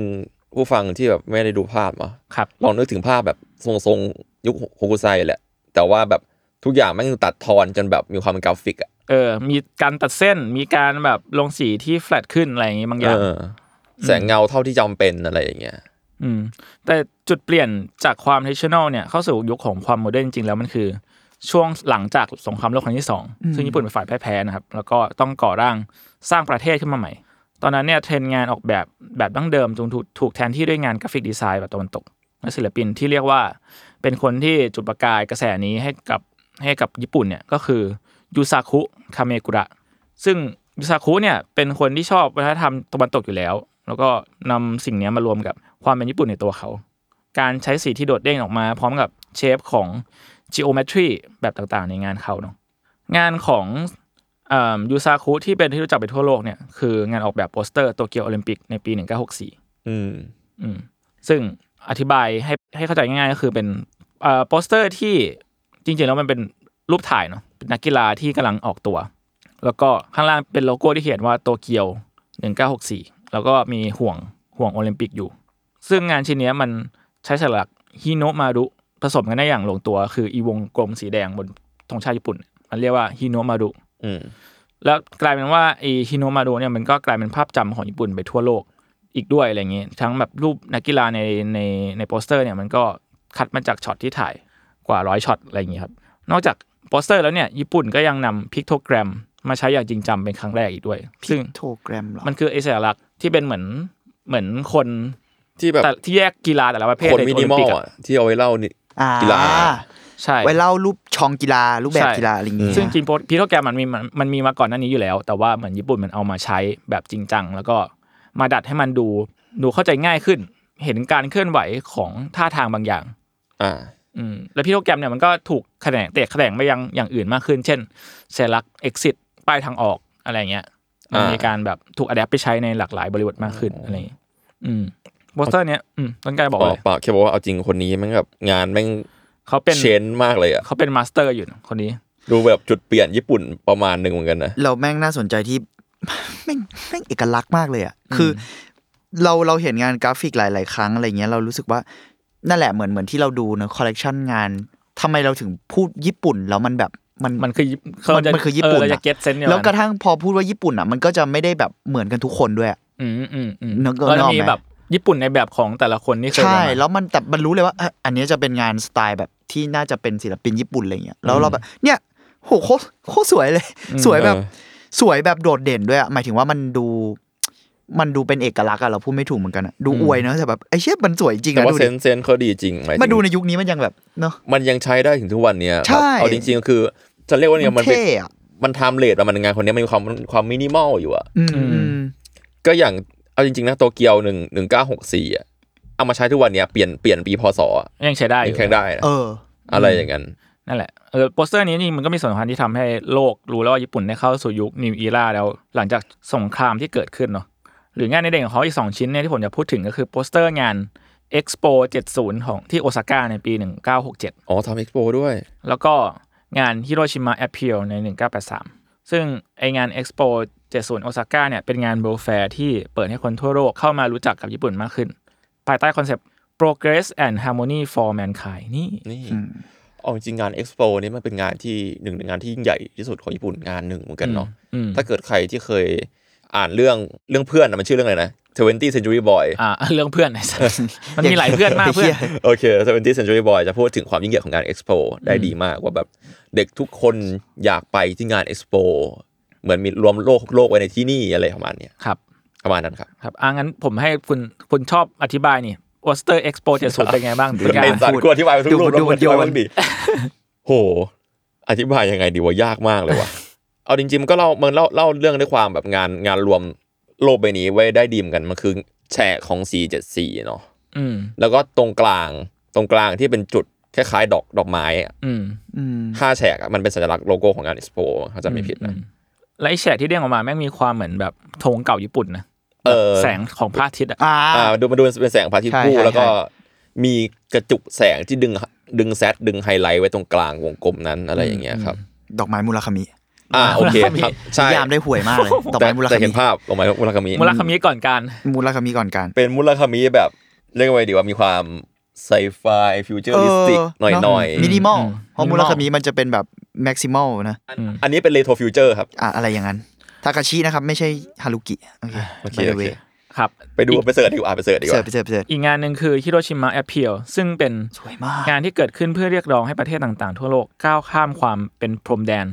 ผู้ฟังที่แบบไม่ได้ดูภาพอะ ครับ ลองนึกถึงภาพแบบทรงๆยุคโฮกุไซแหละ แต่ว่าแบบทุกอย่างแม่งตัดทอนจนแบบมีความเป็นกราฟิกอะ เออ มีการตัดเส้น มีการแบบลงสีที่แฟลตขึ้นอะไรอย่างงี้บางอย่าง เออแสงเงาเท่าที่จำเป็นอะไรอย่างเงี้ย อืม แต่จุดเปลี่ยนจากความท i ช i น n ลเนี่ยเข้าสู่ยุคของความโมเดิร์นจริงๆแล้วมันคือ ช่วงหลังจากสงครามโลกครั้งที่สองซึ่งญี่ปุ่นเป็นฝ่ายแพ้ๆนะครับ แล้วก็ต้องก่อร่างสร้างประเทศขึ้นมาใหม่ ตอนนั้นเนี่ยเทรนด์งานออกแบบแบบดั้งเดิมจงถูกถูกแทนที่ด้วยงานกราฟิกดีไซน์แบบตะวันตกและศิลปินที่เรียกว่าเป็นคนที่จุดประกายกระแสนี้ให้กับให้กับญี่ปุ่นเนี่ยก็คือยูซากุคาเมกุระ ซึ่งยูซากุเนี่ยเป็นคนที่ชอบวัฒนธรรมตะวันตกอยู่แล้ว แล้วก็นำสิ่งเนี้ยมารวมกับความเป็นญี่ปุ่นในตัวเขา การใช้สีที่โดดเด่นออกมาพร้อมกับเชฟของ geometry แบบต่างๆ ในงานเขาเนาะงานของยูซาคุที่เป็นที่รู้จักไปทั่วโลกเนี่ยคืองานออกแบบโปสเตอร์โตเกียวโอลิมปิกในปี 1964 อืม อืมซึ่งอธิบายให้ให้เข้าใจง่ายๆก็คือเป็นเอ่อโปสเตอร์ที่จริงๆแล้วมันเป็นรูปถ่ายเนาะเป็นนักกีฬาที่กำลังออกตัว แล้วก็ข้างล่างเป็นโลโก้ที่เขียนว่าโตเกียว 1964 แล้วก็มีห่วงห่วงโอลิมปิกอยู่ ซึ่งงานชิ้นเนี้ยมันใช้สลักฮิโนมารุผสมกันได้อย่างลงตัว คืออีวงกลมสีแดงบนธงชาติญี่ปุ่น มันเรียกว่าฮิโนมารุ อืม แล้วกลายเป็นว่าไอฮิโนมาโดเนี่ยมันก็กลายเป็นภาพจำของญี่ปุ่นไปทั่วโลกอีกด้วยอะไรเงี้ยทั้งแบบรูปนักกีฬาในในในโปสเตอร์เนี่ยมันก็คัดมาจากช็อตที่ถ่ายกว่าร้อยช็อตอะไรเงี้ยครับ นอกจากโปสเตอร์แล้วเนี่ยญี่ปุ่นก็ยังนำพิกโทแกรมมาใช้อย่างจริงจังเป็นครั้งแรกอีกด้วย ซึ่ง โทแกรมเหรอ มันคือไอสัญลักษณ์ที่เป็นเหมือนเหมือนคน ที่แบบ แต่ที่แยกกีฬาแต่ละประเภท คน ใน มิ โอ นิ ลิม มอ ปิ ล ก อะ อะ ที่เอาไว้เล่านี่ อ่า กีฬา ใช่ ไว้เล่ารูปช่องกีฬารูปแบบ ใช่ กีฬาอะไรอย่างเงี้ย ซึ่งจริงๆพิโทแกรมมันมีมันมันมีมาก่อนหน้านี้อยู่แล้ว แต่ว่าเหมือนญี่ปุ่นมันเอามาใช้แบบจริงจังแล้วก็มาดัดให้มันดูดูเข้าใจง่ายขึ้น เห็นการเคลื่อนไหวของท่าทางบางอย่าง อ่า อืมแล้วพิโทแกรมเนี่ยมันก็ถูกแขนงเตะแขนงไปยังอย่างอื่นมากขึ้น เช่นเซลัก exit ป้ายทางออกอะไรเงี้ยมัน อ่ามี มีการแบบถูกอัดแอปไปใช้ในหลากหลายบริบทมากขึ้นอะไรอย่างเงี้ยอืมโปสเตอร์เนี้ยอืมต้นกล้าบอก อ๋อ เลย เปล่าแค่บอกว่าเอาจริงคนนี้แม่งแบบงานแม่ง เขาเป็น เชนมากเลยอะ เขาเป็นมาสเตอร์อยู่นะคนนี้ ดูแบบจุดเปลี่ยนญี่ปุ่นประมาณหนึ่งเหมือนกันนะ เราแม่งน่าสนใจที่ แม่งแม่งเอกลักษณ์มากเลยอ่ะคืออเราเราเห็นงานกราฟิกหลาย ๆ ครั้งอะไรเงี้ยเรารู้สึกว่านั่นแหละเหมือนเหมือนที่เราดูเนอะคอลเลกชันงานทำไมเราถึงพูดญี่ปุ่นแล้วมันแบบมัน มันคือญี่เขา มัน จะ มันคือญี่ปุ่น เเราจะ อะ เก็ตเซนเนี่ย แล้วกระทั่งพอพูดว่าญี่ปุ่นอ่ะมันก็จะไม่ได้แบบเหมือนกันทุกคนด้วยอะ อืมอืมอืม นึกออก ก็จะมี ไหม แบบญี่ปุ่นในแบบของแต่ละคนนี่เคย ใช่ ทำมา แล้วมันแต่มันรู้เลยว่าเอ้ยอันนี้จะเป็นงานสไตล์แบบที่น่าจะเป็นศิลปินญี่ปุ่นอะไรเงี้ยแล้วเราแบบเนี่ยโหโคตรโคตรสวยเลย สวยแบบ เออ สวยแบบโดดเด่นด้วยอะหมายถึงว่ามันดู มันดูเป็นเอกลักษณ์อะเราพูดไม่ถูกเหมือนกันอะดูอวยเนอะแต่แบบไอ้เชี่ยมันสวยจริง แต่ อะ ว่า ดู เซ ดิ นเซนเขาดีจริงหมายถึง มาดูในยุคนี้มันยังแบบเนาะ มันยังใช้ได้ถึงทุกวันเนี้ย ใช่ แบบเอาจริงๆก็คือจะเรียกว่าเนี่ย มั มัน น เป็น เท่อะ มันไทม์เลดอะมันงานคนเนี้ยมันมีความความมินิมอลอยู่อะ อืมอืม ก็อย่างเอาจริงๆนะโตเกียวหนึ่งหนึ่งเก้าหกสี่อะเอามาใช้ทุกวันเนี้ยเปลี่ยนเปลี่ยนปีพศอะ ยังใช้ได้อ ยัง ยู่ แข่งได้นะ เออ อะไรอย่างนั้น นั่นแหละเออโปสเตอร์นี้จริงๆมันก็มีส่วนสำคัญที่ทำให้โลกรู้แล้วว่าญี่ปุ่นได้เข้าสู่ยุคนิวอีราแล้ว หลังจากสงครามที่เกิดขึ้นเนาะหรืองานในเด่นของเขาอีก 2 ชิ้นเนี่ยที่ผมจะพูดถึงก็คือโปสเตอร์งาน Expo 70 ของที่โอซาก้าในปี 1967 อ๋อทำเอ็กโปด้วย แล้วก็งานฮิโรชิมะแอปเปิลใน 1983 ซึ่งไองาน Expo 70โอซาก้าเนี่ยเป็นงานเวิลด์แฟร์ที่เปิดให้คนทั่วโลกเข้ามารู้จักกับญี่ปุ่นมากขึ้น ภายใต้คอนเซปต์ progress and harmony for mankind นี่ นี่เอาจริงๆงานเอ็กโปนี่มันเป็นงานที่หนึ่งในงานที่ยิ่งใหญ่ที่สุดของญี่ปุ่นงานหนึ่งเหมือนกันเนาะ อืม ถ้าเกิดใครที่เคยอ่านเรื่องเรื่องเพื่อนอะมันชื่อเรื่องอะไรนะ 20 century boy อ่าเรื่องเพื่อนไอ้ สัสมันมีหลายเพื่อนมากเพื่อน โอเค20 century boy จะพูดถึงความยิ่งใหญ่ของงาน expo ได้ดีมากว่าแบบเด็กทุกคนอยากไปที่งาน expo เหมือนมีรวมโลกโลกไว้ในที่นี่อะไรประมาณเนี้ย ครับ ประมาณนั้นครับ ครับอ่างั้นผมให้คุณคุณชอบอธิบายนี่ออสเตอร์เอ็กซ์โปเจ็ดศูนย์เป็นไงบ้างเป็นไง ไอ้สัต พู ว์ ด กูอธิบายไปทุกรูป ดู แล้ว มั มัน น โย โย น นดิ โห อธิบายยังไงดีว่ายากมากเลยว่ะ เอาจริงๆมันก็เล่ามันเล่าเล่าเรื่องด้วยความแบบงานงานรวมโลกใบนี้ไว้ได้ดีเหมอนกัน มันคือแฉกของสีเจ็ดสีเนาะ อืม แล้วก็ตรงกลางตรงกลางที่เป็นจุดคล้ายๆดอกดอกไม้อะ อืม อืม ห้าแฉกอะมันเป็นสัญลักษณ์โลโก้ของงาน Expo เขาจะไม่ผิดนะ อืและไอ้แฉกที่เด้งออกมาแม่งมีความเหมือนแบบธงเก่าญี่ปุ่นนะ เออ แสงของพระอาทิตย์อะ อ่า อ่าดูมาดูเป็นแสงพระอาทิตย์ ใช่ คู่ ใช่ แล้วก็ ใช่ มีกระจุกแสงที่ดึงดึงแซดดึงไฮไลท์ไว้ตรงกลางวงกลมนั้นอะไรอย่างเงี้ยครับ ดอกไม้มูลคามิ อ่าโอเคครับใช่ นิยามได้ห่วยมากเลยดอก แต่ ไม้มูล แต่ คา เห็ มิ นภาพออกมามูลคามิ มูลคามิก่อนการ มูลคามิก่อนการ เป็นมูลคามิแบบเรียกว่าไงดีว่ามีความไซไฟฟิวเจอริสติกหน่อยหน่อยๆ มินิมอล อืม เพราะ minimal มูลคามิมันจะเป็นแบบแม็กซิมอลนะ อันนี้เป็นเลโทรฟิวเจอร์ครับ อ่ะอะไรอย่างนั้น ทากาชินะครับ ไม่ใช่ฮารุกิ โอเค โอเคโอ by the เค way ครับ ไปดูไปเสิร์ชดีกว่าไปเสิร์ชดีก เสิร์ ว่า ฟไปเสิร์ฟไปเสิร์ฟ อีกงานหนึ่งคือฮิโรชิมะแอ p เ e ียซึ่งเป็น สวยมาก งานที่เกิดขึ้นเพื่อเรียกร้องให้ประเทศต่างๆ ทั่วโลกก้าวข้ามความเป็นพรมแดน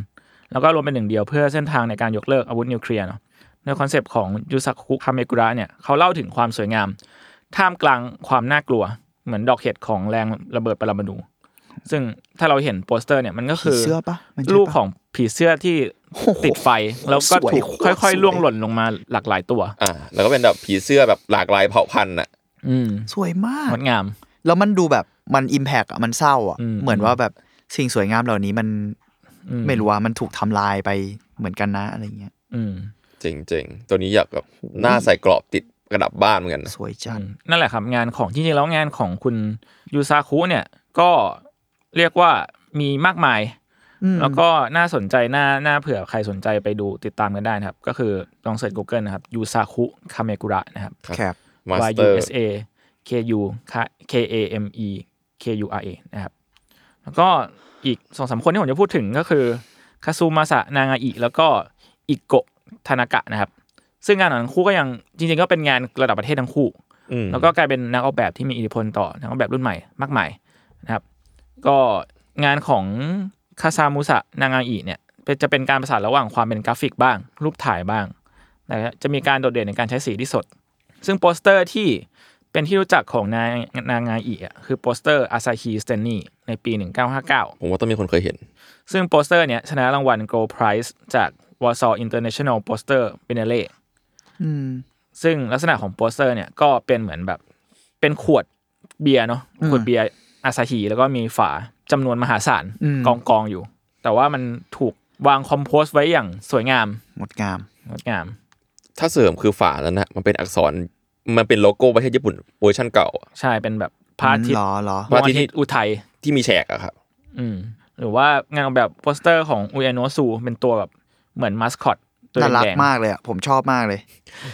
แล้วก็รวมเป็นหนึ่งเดียวเพื่อเส้นทางในการยกเลิกอาวุธนิวเคลียร์เนาะในคอนเซปต์ของยูสักคุคาเมกุระเนี่ยเขาเล่าถึงความสวยงาม ท่ามกลางความน่ากลัว เหมือนดอกเห็ดของแรงระเบิดปรมาณูซึ่งถ้าเราเห็นโปสเตอร์เนี่ยมันก็คือ ผีเสื้อปะมันใช่ปะ รูปของผีเสื้อที่ โอ้โห ติดไฟ แล้วก็ สวย ถูก โคตร ค่อย สวย ๆล่วงหล่นลงมาหลากหลายตัว อ่า แล้วก็เป็นแบบผีเสื้อแบบหลากหลายเผ่าพันธุ์อ่ะ อืม สวยมาก งดงาม แล้วมันดูแบบมันอิมแพกอ่ะ มันเศร้าอ่ะ อืม เหมือนว่าแบบสิ่งสวยงามเหล่านี้มัน อื ไม่รู้ว่ามันถูกทำลายไปเหมือนกันนะอะไรเงี้ย อืม จริงๆ ตัวนี้อยากแบบหน้าใส่กรอบติดกระดับบ้านเหมือนกันนะ สวยจัง อืมนั่นแหละครับ งานของจริงๆแล้วงานของคุณยูซาคุเนี่ยก็เรียกว่ามีมากมาย อืม แล้วก็น่าสนใจน่าน่าเผื่อใครสนใจไปดูติดตามกันได้นะครับ ก็คือลองเสิร์ช Google นะครับยูซาคุคาเมกุระนะครับ แคบ มาส y เตอ u ร์ s a k u k a m e k u r a นะครับ แล้วก็อีกสองสามคนที่ผมจะพูดถึงก็คือคาซูมาสะนางาอิแล้วก็อิโกะทานากะนะครับ ซึ่งงานของทั้งคู่ก็ยังจริงๆ ก็เป็นงานระดับประเทศทั้งคู่ แล้วก็กลายเป็นนักออกแบบที่มีอิทธิพลต่อนักออกแบบรุ่นใหม่มากมายนะครับ ก็งานของคาซามุสะนางาอิเนี่ยเป็นจะเป็นการประสานระหว่างความเป็นกราฟิกบ้าง รูปถ่ายบ้างนะฮะจะมีการโดดเด่นในการใช้สีที่สด ซึ่งโปสเตอร์ที่เป็นที่รู้จักของนางนางาอิอ่ะคือโปสเตอร์อาซาฮิสเตนนี่ในปี 1959 ผมว่าต้องมีคนเคยเห็น ซึ่งโปสเตอร์เนี่ยชนะรางวัล Gold Prize จาก Warsaw International Poster Biennale อืม ซึ่งลักษณะของโปสเตอร์เนี่ยก็เป็นเหมือนแบบเป็นขวดเบียร์เนาะขวดเบียร์อาซาฮีแล้วก็มีฝาจำนวนมหาศาล อืม กองกองๆอยู่ แต่ว่ามันถูกวางคอมโพสไว้อย่างสวยงาม งดงาม งดงาม ถ้าเสริมคือฝานั้นนะมันเป็นอักษรมันเป็นโลโก้ประเทศญี่ปุ่นเวอร์ชันเก่าอะ ใช่เป็นแบบพระอาทิต หร ย์ อหรอ พระอาทิตย์อุทัย ที่มีแฉกอะครับ อืมหรือว่างานออกแบบโปสเตอร์ของอุยโนซูเป็นตัวแบบเหมือนมาสคอตตัว น่ารัก แดงๆ มากเลยอ่ะ ผมชอบมากเลย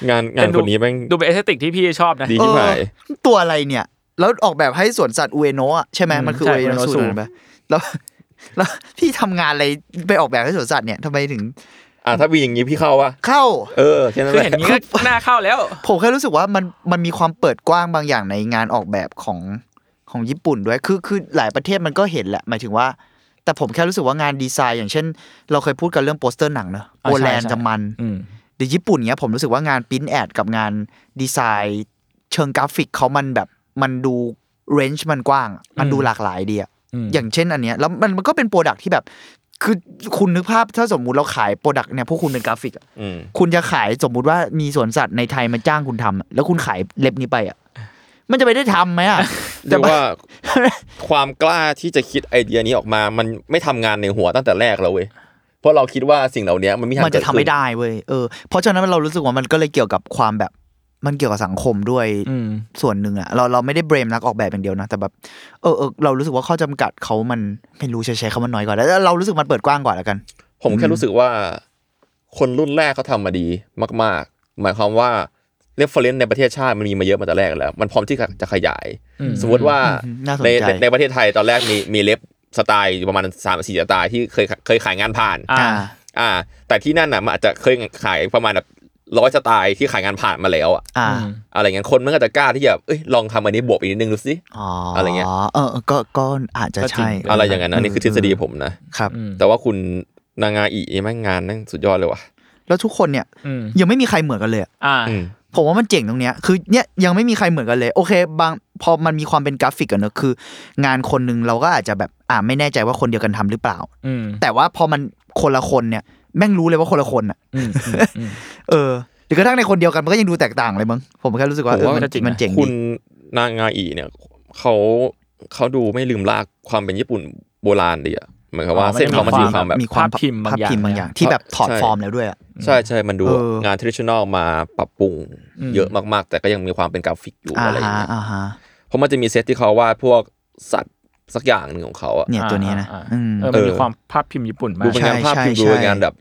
งานงานคนนี้แม่ง ดูเป็นเอสเตติกที่พี่ชอบนะ ดีที่ไหน เออตัวอะไรเนี่ย แล้วออกแบบให้สวนสัตว์อุเอโนะใช่ไหม อืม มันคือ ใช่ อุเอโนะ Ueno สูตรนั้นปะแล้ว แล้ว พี่ทำงานอะไรไปออกแบบให้สวนสัตว์เนี่ยทำไมถึง อ่าถ้ามีอย่างนี้พี่เข้าวะ เข้า เออแค่นั้น คือ แหละ เห็นอย่างนี้ก็หน้าเข้าแล้ว ผมแค่รู้สึกว่ามันมันมีความเปิดกว้างบางอย่างในงานออกแบบของของญี่ปุ่นด้วย คือคือหลายประเทศมันก็เห็นแหละ หมายถึงว่า แต่ผมแค่รู้สึกว่างานดีไซน์ อย่างเช่น เราเคยพูดกันเรื่องโปสเตอร์หนังเนอะ อ่า โปแลน ใช่ ด์ ใช่ จะมัน อืม เดี๋ยวญี่ปุ่นเนี้ยผมรู้สึกว่างานปริ้นแอดกับงานดีไซน์เชิงกราฟิกเขามันแบบมันดูเรนจ์มันกว้างอะมันดูหลากหลายดีอะ อืม อย่างเช่นอันเนี้ยแล้วมันมันก็เป็นโปรดักที่แบบ คือคุณนึกภาพถ้าสมมุติเราขายโปรดักเนี่ยพวกคุณเป็นกราฟิกอะ อืม คุณจะขายสมมุติว่ามีสวนสัตว์ในไทยมาจ้างคุณทำอะแล้วคุณขายเล็บนี้ไปอ่ะมันจะไปได้ทำไหมอ่ะ เรียกว่า ความกล้าที่จะคิดไอเดียนี้ออกมา มันไม่ทำงานในหัวตั้งแต่แรกแล้วเว้ย เพราะเราคิดว่าสิ่งเหล่านี้มันไม่ทาง มันจะทำไม่ได้เว้ยเออเพราะฉะนั้นเรารู้สึกว่ามันก็เลยเกี่ยวกับความแบบมันเกี่ยวกับสังคมด้วย อืม ส่วนหนึ่งอะเราเราไม่ได้เบรมนักออกแบบอย่างเดียวนะ แต่แบบเออเออเรารู้สึกว่าข้อจำกัดเขามันไม่รู้ใช้ใช้คำว่าน้อยกว่าแล้วแล้วเรารู้สึกมันเปิดกว้างกว่าแล้วกัน ผมแค่รู้สึกว่า คนรุ่นแรกเขาทำมาดีมาก ๆ หมายความว่าเรฟเฟรนซ์ในประเทศชาติมันมีมาเยอะมาแต่แรกแล้ว มันพร้อมที่จะขยาย อืม สมมติว่า อืมน่าสนใจ ในในประเทศไทยตอนแรกมีมีเล็บสไตล์อยู่ประมาณสามสี่สไตล์ที่เคยเคยขายงานผ่าน อ่า อ่า แต่ที่นั่นน่ะมันอาจจะเคยขายประมาณแบบ ร้อยสไตล์ที่ขายงานผ่านมาแล้วอะ อ่า อะไรเงี้ยคนมันก็จะกล้าที่จะเอ้ยลองทำอันนี้บวกอีกนิดนึงดูสิ อ๋ออะไร เงี้ย เออก็ก็อาจจะก็ใช่จริง อะไรอย่างนั้นนะนี่คือทฤษฎีผมนะ ครับ อืม แต่ว่าคุณนางาอีแม่งงานนั่งสุดยอดเลยว่ะ แล้วทุกคนเนี่ย อืม ยังไม่มีใครเหมือนกันเลยอะ อ่า อืม ผมว่ามันเจ๋งตรงเนี้ยคือเนี่ยยังไม่มีใครเหมือนกันเลย โอเค บางพอมันมีความเป็นกราฟิกอะเนอะคือ งานคนหนึ่งเราก็อาจจะแบบอ่าไม่แน่ใจว่าคนเดียวกันทำหรือเปล่า อืม แต่ว่าพอมันคนละคนเนี่ยแม่งรู้เลยว่าคนละคนอะ อืมอืมอืม เออหรือกระทั่งในคนเดียวกันมันก็ยังดูแตกต่างเลยมั้งผมแค่รู้สึกว่า ผม เออ ว่ามั มัน นจริงนะ มันเจ๋ง คุ ดี ณนางงาอีเนี่ยเขาเขาดูไม่ลืมลากความเป็นญี่ปุ่นโบราณดีอะเหมือนกับว่า อ๋อมัน เส้นเขามันมีความแบบ มีความ ภาพพิมพ์บางอย่าง ภพบางอย่าง ที่แบบถอด ใช่ ฟอร์มแล้วด้วยอะ ใช่ใช่มันดู เออ งานทริช i o น a ลมาปรับปรุง อืม เยอะมากๆ แต่ก็ยังมีความเป็นกราฟิกอยู่ อ่า อะไรอย่าง ฮะ เงี้ย อ่าฮะ เพราะมันจะมีเซตที่เขาวาดพวกสัตว์สักอย่างหนึ่งของเขาอะ เนี่ยตัวนี้นะ อ่าอ่า อืม เออมันมี เออ ความภาพพิมพ์ญี่ปุ่นมา ดู ก เป็น ใช่ งานภาพพิมพ์ ใช่ ดูเป็น ใช่ งานแบบ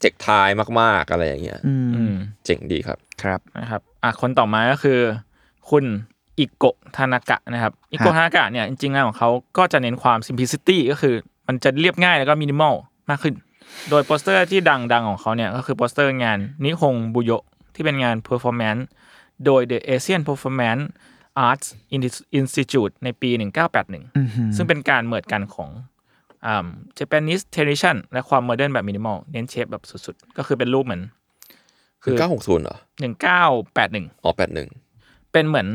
เจ็กทายมากๆอะไรอย่างเงี้ย อื อื ม ม เจ๋งดีครับ ครับ นะครับอ่ะคนต่อมาก็คือ คุณอิโกะทานากะนะครับอิโกะ ฮะ ทานากะเนี่ยจริงๆงานของเขาก็จะเน้นความ simplicity ก็คือ มันจะเรียบง่ายแล้วก็มินิมอลมากขึ้น โดยโปสเตอร์ที่ดังๆของเขาเนี่ยก็คือโปสเตอร์งานนิฮงบุโยะที่เป็นงาน performance โดย The Asian Performance Arts Institute ในปี 1981 อืม ซึ่งเป็นการเหมือดกันของอ่า Japanese tradition และความโมเดิร์นแบบมินิมอลเน้นเชฟแบบสุดๆ ก็คือเป็นรูปเหมือน คื คือ อ เก้าหกศูนย์เหรอ หนึ่งเก้าแปดหนึ่ง อ๋อแปดหนึ่ง เป็นเหมือน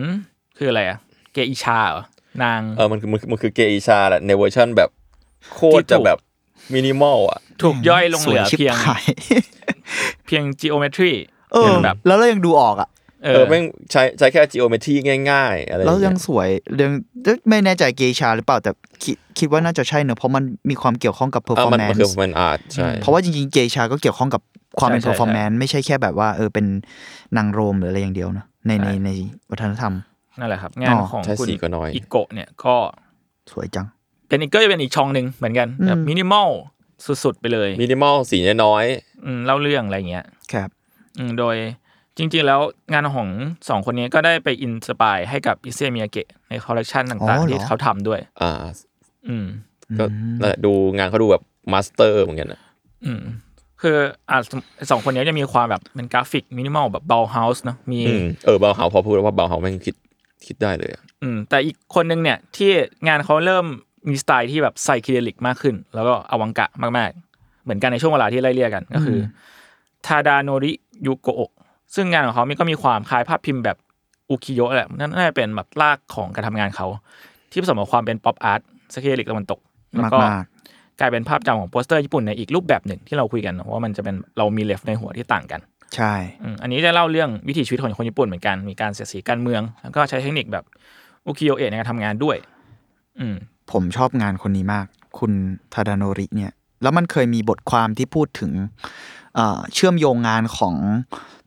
คืออะไรอะเกอิชาเหรอนาง เออมันคือมันคือมันคือเกอิชาแหละในเวอร์ชันแบบโคตรจะแบบมินิมอลอ่ะ ถูกย่อยลง ส เห ว ลือ ชิบ เพียง หาย เพียง geometry เออ เป็นแบบ แล้วเรายังดูออกอ่ะ เอ เอ อ อแม่งใช้ใช้แค่จีโอเมตรีง่ายๆ อะไรอ แล้ว ย่าง ยั เงี้ ง ย สวยยังไม่แน่ใจเกชาหรือเปล่าแต่คิดคิดว่าน่าจะใช่เนอะเพราะมันมีความเกี่ยวข้องกับเพอร์ฟ อ่ะ อร์ มัน แมน มันคือ ซ์ มันอาร์ตใช่ เพราะว่าจริงๆเกชาก็เกี่ยวข้องกับความเป็นเพอร์ฟอร์แมนซ์ไม่ใช่แค่แบบว่าเออเป็นนางโรมหรืออะไรอย่างเดียวเนอะในในในวัฒนธรรม นั่นแหละครับ งานของ ใช้ คุณ สีก็น้อย อิโกะเนี่ยก็ สวยจัง เป็นอีกก็จะเป็นอีกช่องหนึ่งเหมือนกันแบบมินิมอลสุดๆ ไปเลย มินิมอลสีน้อย อืมเล่าเรื่องอะไรเงี้ย ครับ อืมโดยจริงๆ แล้วงานของสองคนนี้ก็ได้ไปอินสปายให้กับอิเซมิยาเกะในคอลเลกชัน อ๋ ต่าง อ ๆ เหรอ ที่เขาทำด้วย ๆอ่า อืม ก็นั่นแหละดูงานเขาดูแบบมาสเตอร์เหมือนกันนะ อืมคืออ่ะสมสองคนนี้จะมีความแบบเป็นกราฟิกมินิมอลแบบเบลเฮาส์เนอะมี อืมเออเบาเฮาพอพูดแล้วว่าเบาเฮาแม่งคิดคิดได้เลยอะ อืมแต่อีกคนนึงเนี่ยที่งานเขาเริ่มมีสไตล์ที่แบบไซคิเดลิกมากขึ้น แล้วก็อวังกะมากๆ เหมือนกันในช่วงเวลาที่ไล่เรียกกันก็คือทาดาโนริยุโกะซึ่งงานของเขามีก็มีความคล้ายภาพพิมพ์แบบอุคิโยะแหละนั่นน่าจะเป็นแบบลากของการทำงานเขา ที่ผสมกับความเป็นป๊อปอาร์ตสเคลิกตะวันตก แล้วก็ มาก กลายเป็นภาพจำของโปสเตอร์ญี่ปุ่นในอีกรูปแบบหนึ่งที่เราคุยกันเนอะว่ามันจะเป็นเรามีเลฟในหัวที่ต่างกัน ใช่ อืมอันนี้จะเล่าเรื่องวิถีชีวิตของคนญี่ปุ่นเหมือนกัน มีการเสียดสีการเมือง แล้วก็ใช้เทคนิคแบบอุคิโยเอะในการทำงานด้วย อืม ผมชอบงานคนนี้มาก คุณทาดาโนริเนี่ย แล้วมันเคยมีบทความที่พูดถึงเอ่อเชื่อมโยงงานของ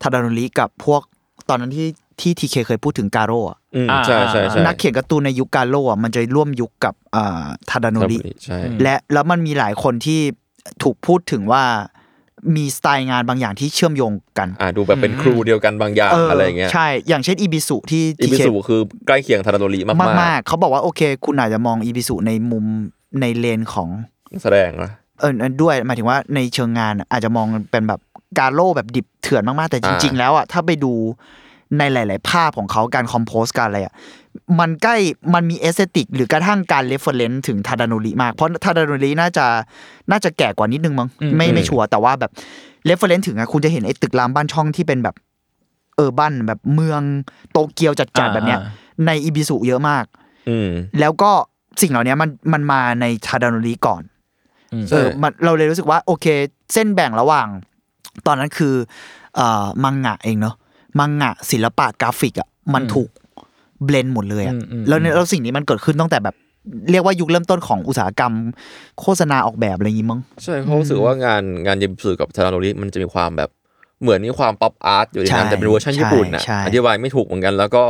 ทาดาโนริกับพวกตอนนั้นที่ที่ทีเคเคยพูดถึงการโร่อะ อืมใช่ใช่ใช่ นักเขียนการ์ตูนในยุคการโร่อะมันจะร่วมยุคกับเอ่อทาดาโนริ ใช่ และแล้วมันมีหลายคนที่ถูกพูดถึงว่ามีสไตล์งานบางอย่างที่เชื่อมโยงกัน อ่าดูแบบเป็นครูเดียวกันบางอย่างอะไรอย่างเงี้ย ใช่ อย่างเช่นอีบิสุที่ อิบิ TK สุคือใกล้เคียงทาราโดริมาก มากๆ เขาบอกว่าโอเค คุณอาจจะมองอีบิสุในมุมในเลนของ ๆแสดงนะ เออด้วยหมายถึงว่าในเชิงงานอะอาจจะมองเป็นแบบการโล่แบบดิบเถื่อนมาก ๆ แต่จ อ่า ริง ๆ แล้วอ่ะถ้าไปดูในหลาย ๆ ภาพของเขาการคอมโพสการอะไรอ่ะมันใกล้มันมีเอสเตติกหรือกระทั่งการเรฟเฟอร์เรนซ์ถึงทาดานุริมาก เพราะทาดานุริน่าจะน่าจะแก่กว่านิดนึงมั้งไม่ไม่ชัวร์แต่ว่าแบบเรฟเฟอร์เรนซ์ถึงอ่ะคุณจะเห็นไอ้ตึกรามบ้านช่องที่เป็นแบบเออบ้านแบบเมืองโตเกียวจัด ๆ แบบเนี้ย ในอิบิสุเยอะมาก อืม แล้วก็สิ่งเหล่านี้มันมันมาในทาดานุริก่อน ใช่ เออมันเราเลยรู้สึกว่าโอเค เส้นแบ่งระหว่าง ตอนนั้นคือเอ่อมังงะเองเนอะมังงะศิลปะกราฟิกอ่ะมันถูกเบลนหมดเลยอ่ะ อืมอืม แล้วเนี่ยแล้วสิ่งนี้มันเกิดขึ้นตั้งแต่แบบ เรียกว่ายุคเริ่มต้นของอุตสาหกรรม โฆษณาออกแบบอะไรอย่างงี้มั้ง ใช่เขารู้สึกว่างานงานยิมสือกับทาราโนริมันจะมีความแบบเหมือนมีความป๊อปอาร์ตอยู่ในนั้น ใช่ แต่เป็นเวอร์ชันญี่ปุ่นนะ ใช่ใช่ อธิบายไม่ถูกเหมือนกันแล้วก็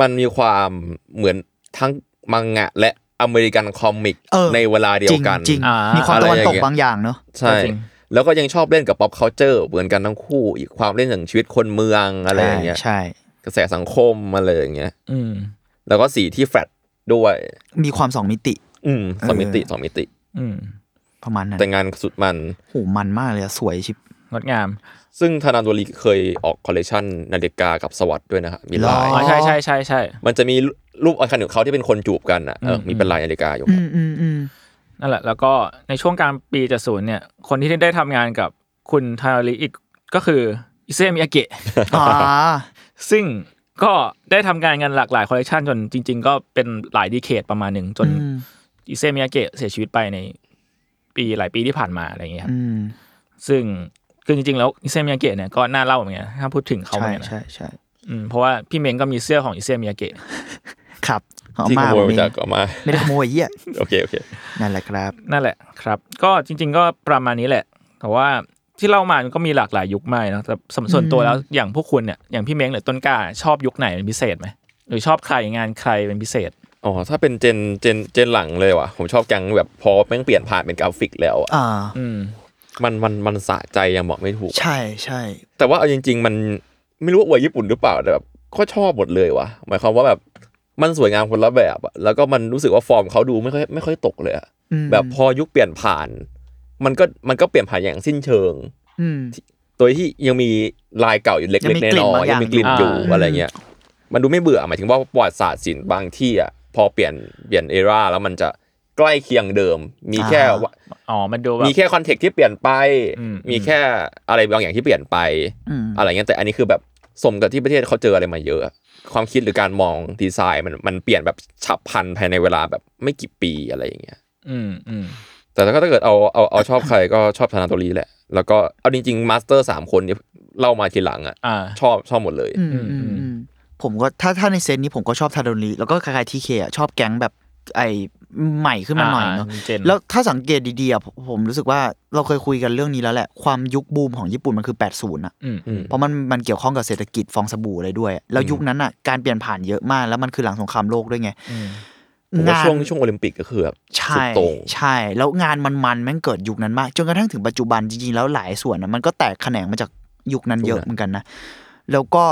มันมีความเหมือนทั้งมังงะและอเมริกันคอมิก เออ ในเวลาเดีย จ ว ริง กัน จริง อ่ามี มีความตะวันตก อะไรอย่างเงี้ย บางอย่างเนอะ ใช่ จริง แล้วก็ยังชอบเล่นกับป๊อปเคาน์เตอร์เหมือนกันทั้งคู่ อีกความเล่นถึงชีวิตคนเมืองอะไรอย่างเงี้ย ใช่ กระแสสังคมอะไรอย่างเงี้ย อืม แล้วก็สีที่แฟลตด้วย มีความสองมิติ อืมสองมิติ เออ สองมิติ อืม ประมาณนั้น แต่งานสุดมัน โหมันมากเลยอะสวยชิบ งดงาม ซึ่งธนาโดรีเคยออกคอลเลกชันนาฬิกากับสวัสดด้วยนะครับมีลา อ๋ อ๋ ย อ อใช่ใช่ใช่ใช่ มันจะมีรูปไอคอนของเขาที่เป็นคนจูบกันอ่ะเออ อืม มีเป็นลายนาฬิกาอยู่ อืมอืมอืม นั่นแหละแล้วก็ในช่วงกลางปีเจ็ดศูนย์เนี่ย คนที่ได้ทำงานกับคุณทาโนริอีกก็คืออิเซมิยาเกะ อ่า ซึ่งก็ได้ทำงานกันหลากหลายคอลเลกชันจนจริง ๆ ก็เป็นหลายดีเคดประมาณหนึ่งจน อืม อิเซมิยาเกะเสียชีวิตไปในปีหลายปีที่ผ่านมาอะไรอย่างเงี้ยครับ อืม ซึ่งคือจริง ๆ แล้วอิเซมิยาเกะเนี่ยก็น่าเล่าเหมือนกันถ้าพูดถึงเขาเห ใช่ มือนกันนะ ใช่ใช่ อืมเพราะว่าพี่เมงก็มีเสื้อของอิเซมิยาเกะ ครับหอม ที่ข มาก โมย ผม มา เอง จากเอามา ไม่ได้ขโมยเหี้ย โอเค โอเค นั่นแหละครับ นั่นแหละครับ ก็จริง ๆ ก็ประมาณนี้แหละ แต่ว่าที่เล่ามามันก็มีหลากหลายยุคมากเนอะแต่สำส่วนตัวแล้วอย่างพวกคุณเนี่ยอย่างพี่เม้งหรือต้นกล้าชอบยุคไหนเป็นพิเศษไหมหรือชอบใครงานใครเป็นพิเศษ อ๋อ ถ้าเป็นเจนเจนเจนหลังเลยว่ะ ผมชอบจังแบบพอแม่งเปลี่ยนผ่านเป็นกราฟิกแล้วอะ อ่า อืม มันมันมันสะใจยังบอกไม่ถูก ใช่ใช่ แต่ว่าเอาจริง ๆ มันไม่รู้ว่าอวยญี่ปุ่นหรือเปล่าแต่แบบก็ชอบหมดเลยว่ะ หมายความว่าแบบมันสวยงามคนละแบบอะแล้วก็มันรู้สึกว่าฟอร์มเขาดูไม่ค่อยไม่ค่อยตกเลยอะ อืม แบบพอยุคเปลี่ยนผ่าน มันก็มันก็เปลี่ยนผ่านอย่างสิ้นเชิง อืม โดยที่ยังมีลายเก่าอยู่เล็ ยักงมี ๆใน กลิ่ นอบนาง ยังมีกลิ่น อย่าง อ อยู่ ยู่ อ่า อะไรเงี้ย มันดูไม่เบื่อหมายถึงว่าประวัติศาสตร์ศิลป์บางที่อ่ะพอเปลี่ยนเปลี่ยนเอราแล้วมันจะใกล้เคียงเดิม มีแค่ว่า อ๋อมันดูแบบ มีแค่คอนเทกต์ที่เปลี่ยนไป อืม มีแค่อะไรบางอย่างที่เปลี่ยนไป อืม อะไรเงี้ยแต่อันนี้คือแบบสมกับที่ประเทศเขาเจออะไรมาเยอะ ความคิดหรือการมองดีไซน์มันมันเปลี่ยนแบบฉับพลันภายในเวลาแบบไม่กี่ปีอะไรอย่างเงี้ย อืมอืม แต่ถ้าเกิดเอาเอาเอาชอบใครก็ชอบธนาโตรีแหละ แล้วก็เอาจริงๆมาสเตอร์สามคนที่เล่ามาทีหลังอ่ะ อ่า ชอบชอบหมดเลย อืมอืม อืม อืมผมก็ถ้าถ้าในเซนส์นี้ผมก็ชอบทาโดนีแล้วก็คล้ายๆทีเคอะชอบแก๊งแบบไอใหม่ขึ้นมาหน่อยเนาะ จน แล้วถ้าสังเกตดีๆอะผมผมรู้สึกว่าเราเคยคุยกันเรื่องนี้แล้วแหละ ความยุคบูมของญี่ปุ่นมันคือ 80อะ อืม อืม เพราะมันมันเกี่ยวข้องกับเศรษฐกิจฟองสบู่อะไรด้วย แล้วยุคนั้นอะการเปลี่ยนผ่านเยอะมาก แล้วมันคือหลังสงครามโลกด้วยไง อืม ผมว่าช่วง งาน ช่วงโอลิมปิกก็คือแบบสุ ใช่ ดโต่ง ใช่ แล้วงานมันมันๆแม่งเกิดยุคนั้นมากจนกระทั่งถึงปัจจุบันจริงๆแล้วหลายส่วนน่ะมันก็แตกแขนงมาจากยุคนั้นเยอะเหมือนกันนะแล้วก็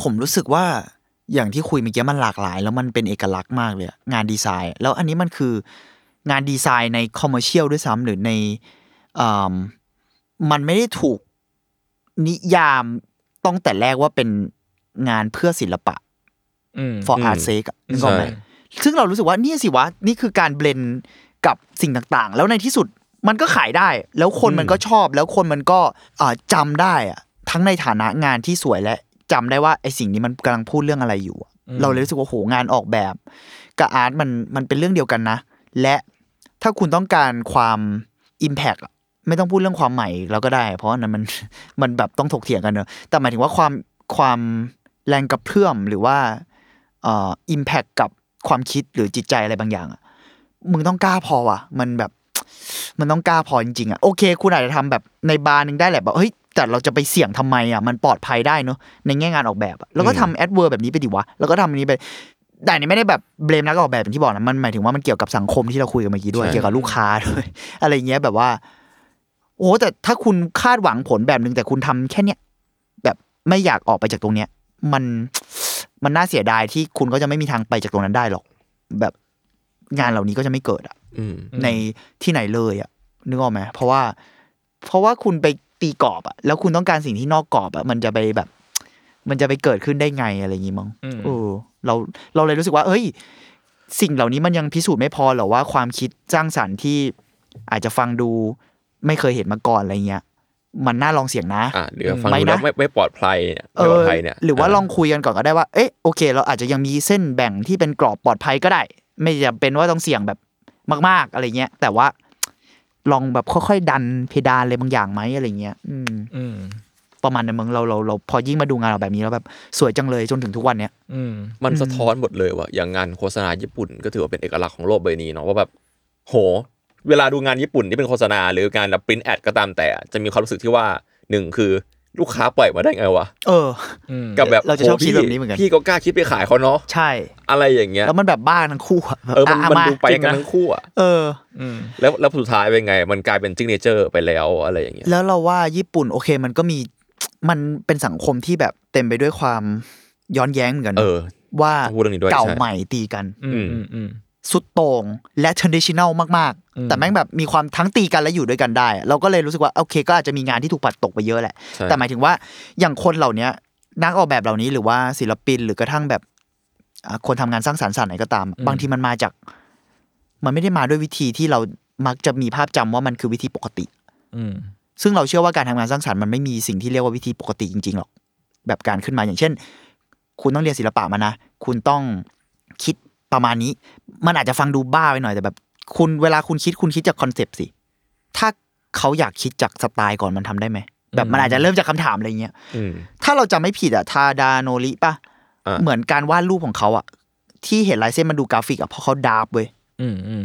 ผมรู้สึกว่าอย่างที่คุยเมื่อกี้มันหลากหลาย แล้วมันเป็นเอกลักษณ์มากเลยอะงานดีไซน์ แล้วอันนี้มันคืองานดีไซน์ในคอมเมอรเชียลด้วยซ้ำหรือในอ่ำมันไม่ได้ถูกนิยามต้องแต่แรกว่าเป็นงานเพื่อศิลปะ อืม for art sake อะนึกออกไหม ใช่ ซึ่งเรารู้สึกว่าเนี่ยสิวะนี่คือการเบลนกับสิ่งต่างๆ แล้วในที่สุดมันก็ขายได้ แล้วคนมันก็ชอบ แล้วคนมันก็เอ่อจำได้อะทั้งในฐานะงานที่สวยและจำได้ว่าไอสิ่งนี้มันกำลังพูดเรื่องอะไรอยู่อะ อืม เราเลยรู้สึกว่าโหงานออกแบบกับอาร์ตมันมันเป็นเรื่องเดียวกันนะ และถ้าคุณต้องการความ Impact อะไม่ต้องพูดเรื่องความใหม่เราก็ได้ เพราะอันนั้นมัน มันแบบต้องถกเถียงกันเนอะแต่หมายถึงว่าความความแรงกระเพื่อมหรือว่าเอ่ออิมแพคกับความคิดหรือจิตใจอะไรบางอย่างอะมึงต้องกล้าพอว่ะ มันแบบ มันต้องกล้าพอจริงๆอะโอเค คุณอาจจะทำแบบในบาร์หนึงได้แหละแบบเฮ้ยแต่เราจะไปเสี่ยงทำไมอะมันปลอดภัยได้เนอะในแง่งานออกแบบอะแล้วก็ทำแอดเวอร์แบบนี้ไปดิวะแล้วก็ทำอันนี้ไปแต่อันนี้ไม่ได้แบบเบลมนักออกแบบอย่างที่บอกนะมันหมายถึงว่ามันเกี่ยวกับสังคมที่เราคุยกันเมื่อกี้ด้วยเกี่ยวกับลูกค้าด้วย อะไรเงี้ยแบบว่า โอ้โหแต่ถ้าคุณคาดหวังผลแบบหนึ่งแต่คุณทำแค่เนี้ยแบบไม่อยากออกไปจากตรงเนี้ย มัน มันน่าเสียดายที่คุณก็จะไม่มีทางไปจากตรงนั้นได้หรอก แบบงานเหล่านี้ก็จะไม่เกิดอะ อืม อืม ในที่ไหนเลยอะนึกออกไหมเพราะว่า เพราะว่าคุณไปตีกรอบอะแล้วคุณต้องการสิ่งที่นอกกรอบอะมันจะไปแบบ มันจะไปเกิดขึ้นได้ไงอะไรอย่างงี้มั้ง อืม เออเราเราเลยรู้สึกว่า เอ้ย สิ่งเหล่านี้มันยังพิสูจน์ไม่พอหรอว่าความคิดสร้างสรรค์ที่อาจจะฟังดูไม่เคยเห็นมาก่อนอะไรเงี้ย มันน่าลองเสี่ยงนะ อ่ะหรือฟัง ไม่ ดู นะ แล้วไม่ไม่ปลอดภัยเนี่ย เอ ไม่ปลอ อ ดภัยเนี่ย หรือว่าลองคุยกันก่อนก็ได้ว่า เอ๊ะโอเค เราอาจจะยังมีเส้นแบ่งที่เป็นกรอบปลอดภัยก็ได้ ไม่จำเป็นว่าต้องเสี่ยงแบบมาก ๆอะไรเงี้ย แต่ว่า ลองแบบค่อยๆดันเพดานอะไรบางอย่างไหมอะไรเงี้ยอืม อืม ประมาณนั้นมึงเราเราเราพอยิ่งมาดูงานเราแบบนี้แล้วแบบสวยจังเลยจนถึงทุกวันเนี้ย อืม มันสะท้อนหมดเลยว่ะอย่างงานโฆษณาญี่ปุ่นก็ถือว่าเป็นเอกลักษณ์ของโลกใบนี้เนาะว่าแบบโห เวลาดูงานญี่ปุ่นที่เป็นโฆษณาหรืองานแบบปริ้นแอดก็ตามแต่จะมีความรู้สึกที่ว่าหนึ่งคือลูกค้าปล่อยมาได้ไงวะ เออ อืม กับแบบ เราจะชอบ โห คิด พี่ แบบนี้เหมือนกัน พี่ก็กล้าคิดไปขายเขาเนาะ ใช่ อะไรอย่างเงี้ย แล้วมันแบบบ้าทั้งคู่ะแบบ เออมัน อ่ะ มัน มา ดูไป จริง กัน นะ ทั้งคู่อ่ะ เออ อืม แล้วแล้วสุดท้ายเป็นไง มันกลายเป็นจิงเนเจอร์ไปแล้วอะไรอย่างเงี้ย แล้วเราว่าญี่ปุ่นโอเคมันก็มี มันเป็นสังคมที่แบบเต็มไปด้วยความย้อนแย้งเหมือนกัน เออ ว่า พูดเรื่องนี้ด้วย เก่า ใช่ ใหม่ตีกัน อืมอืมอืม สุดโต่งและเทนดิช i น a ลมาก อืม ๆ แต่แม่งแบบมีความทั้งตีกันและอยู่ด้วยกันได้อะเราก็เลยรู้สึกว่าโอเค ก็อาจจะมีงานที่ถูกปัดตกไปเยอะแหละ ใช่ แต่หมายถึงว่าอย่างคนเหล่าเนี้ยนักออกแบบเหล่านี้หรือว่าศิลปินหรือกระทั่งแบบอ่าคนทำงานสร้างสรรค์ศาสตร์ไหนก็ตาม บางทีมันมาจาก มันไม่ได้มาด้วยวิธีที่เรามักจะมีภาพจำว่ามันคือวิธีปกติ อืม ซึ่งเราเชื่อว่าการทำงานสร้างสรรค์มันไม่มีสิ่งที่เรียกว่าวิธีปกติจริงๆหรอก แบบการขึ้นมาอย่างเช่น คุณต้องเรียนศิลปะมานะ คุณต้องคิดประมาณนี้ มันอาจจะฟังดูบ้าไปหน่อยแต่แบบ คุณเวลาคุณคิดคุณคิดจากคอนเซปต์สิ ถ้าเขาอยากคิดจากสไตล์ก่อนมันทำได้ไหมแบบมันอาจจะเริ่มจากคำถามอะไรเงี้ย อืม ถ้าเราจำไม่ผิดอะทาดาโนริปะ อ่ะ เหมือนการวาดรูปของเขาอะที่เห็นลายเส้นมันดูกราฟิกอะเพราะเขาดาบเว้ย อืมอืม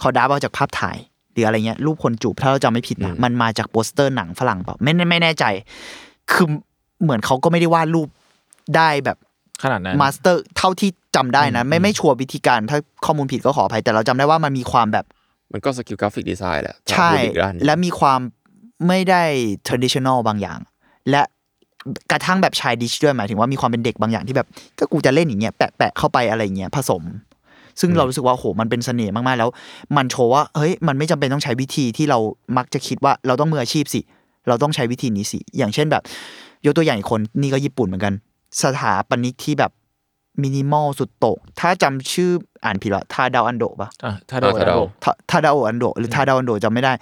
เขาดับเอาจากภาพถ่าย หรืออะไรเงี้ยรูปคนจูบถ้าเราจำไม่ผิดนะมันมาจากโปสเตอร์หนังฝรั่งเปล่าไม่แน่ไม่แน่ใจ คือเหมือนเขาก็ไม่ได้วาดรูปได้แบบ ขนาดนั้น มาสเตอร์เท่าที่จำได้นะ ไม่ไม่ชัวร์วิธีการ ถ้าข้อมูลผิดก็ขออภัย แต่เราจำได้ว่ามันมีความแบบ มันก็สกิลกราฟิกดีไซน์แหละถ้า ใช่ พูดอีกด้านหนึ่ง และมีความไม่ได้ traditional บางอย่าง และกระทั่งแบบชายดิชด้วยหมายถึงว่ามีความเป็นเด็กบางอย่างที่แบบ ก็กูจะเล่นอย่างเงี้ยแปะแปะเข้าไปอะไรเงี้ยผสม ซึ่งเรารู้สึกว่าโหมันเป็นเสน่ห์มาก ๆ แล้ว มันโชว์ว่าเฮ้ยมันไม่จำเป็นต้องใช้วิธีที่เรามักจะคิดว่าเราต้องมืออาชีพสิ เราต้องใช้วิธีนี้สิ อย่างเช่นแบบ ยกตัวอย่างอีกคนนี่ก็ญี่ปุ่นเหมือนกัน สถาปนิกที่แบบมินิมอลสุดโตก ถ้าจำชื่ออ่านผิดละทาดาวอันโดะปะ อ่ะถ้าโดนถ้าโดน ทาทาดาโออันโดะหรือทาดาโออันโดะจำไม่ได้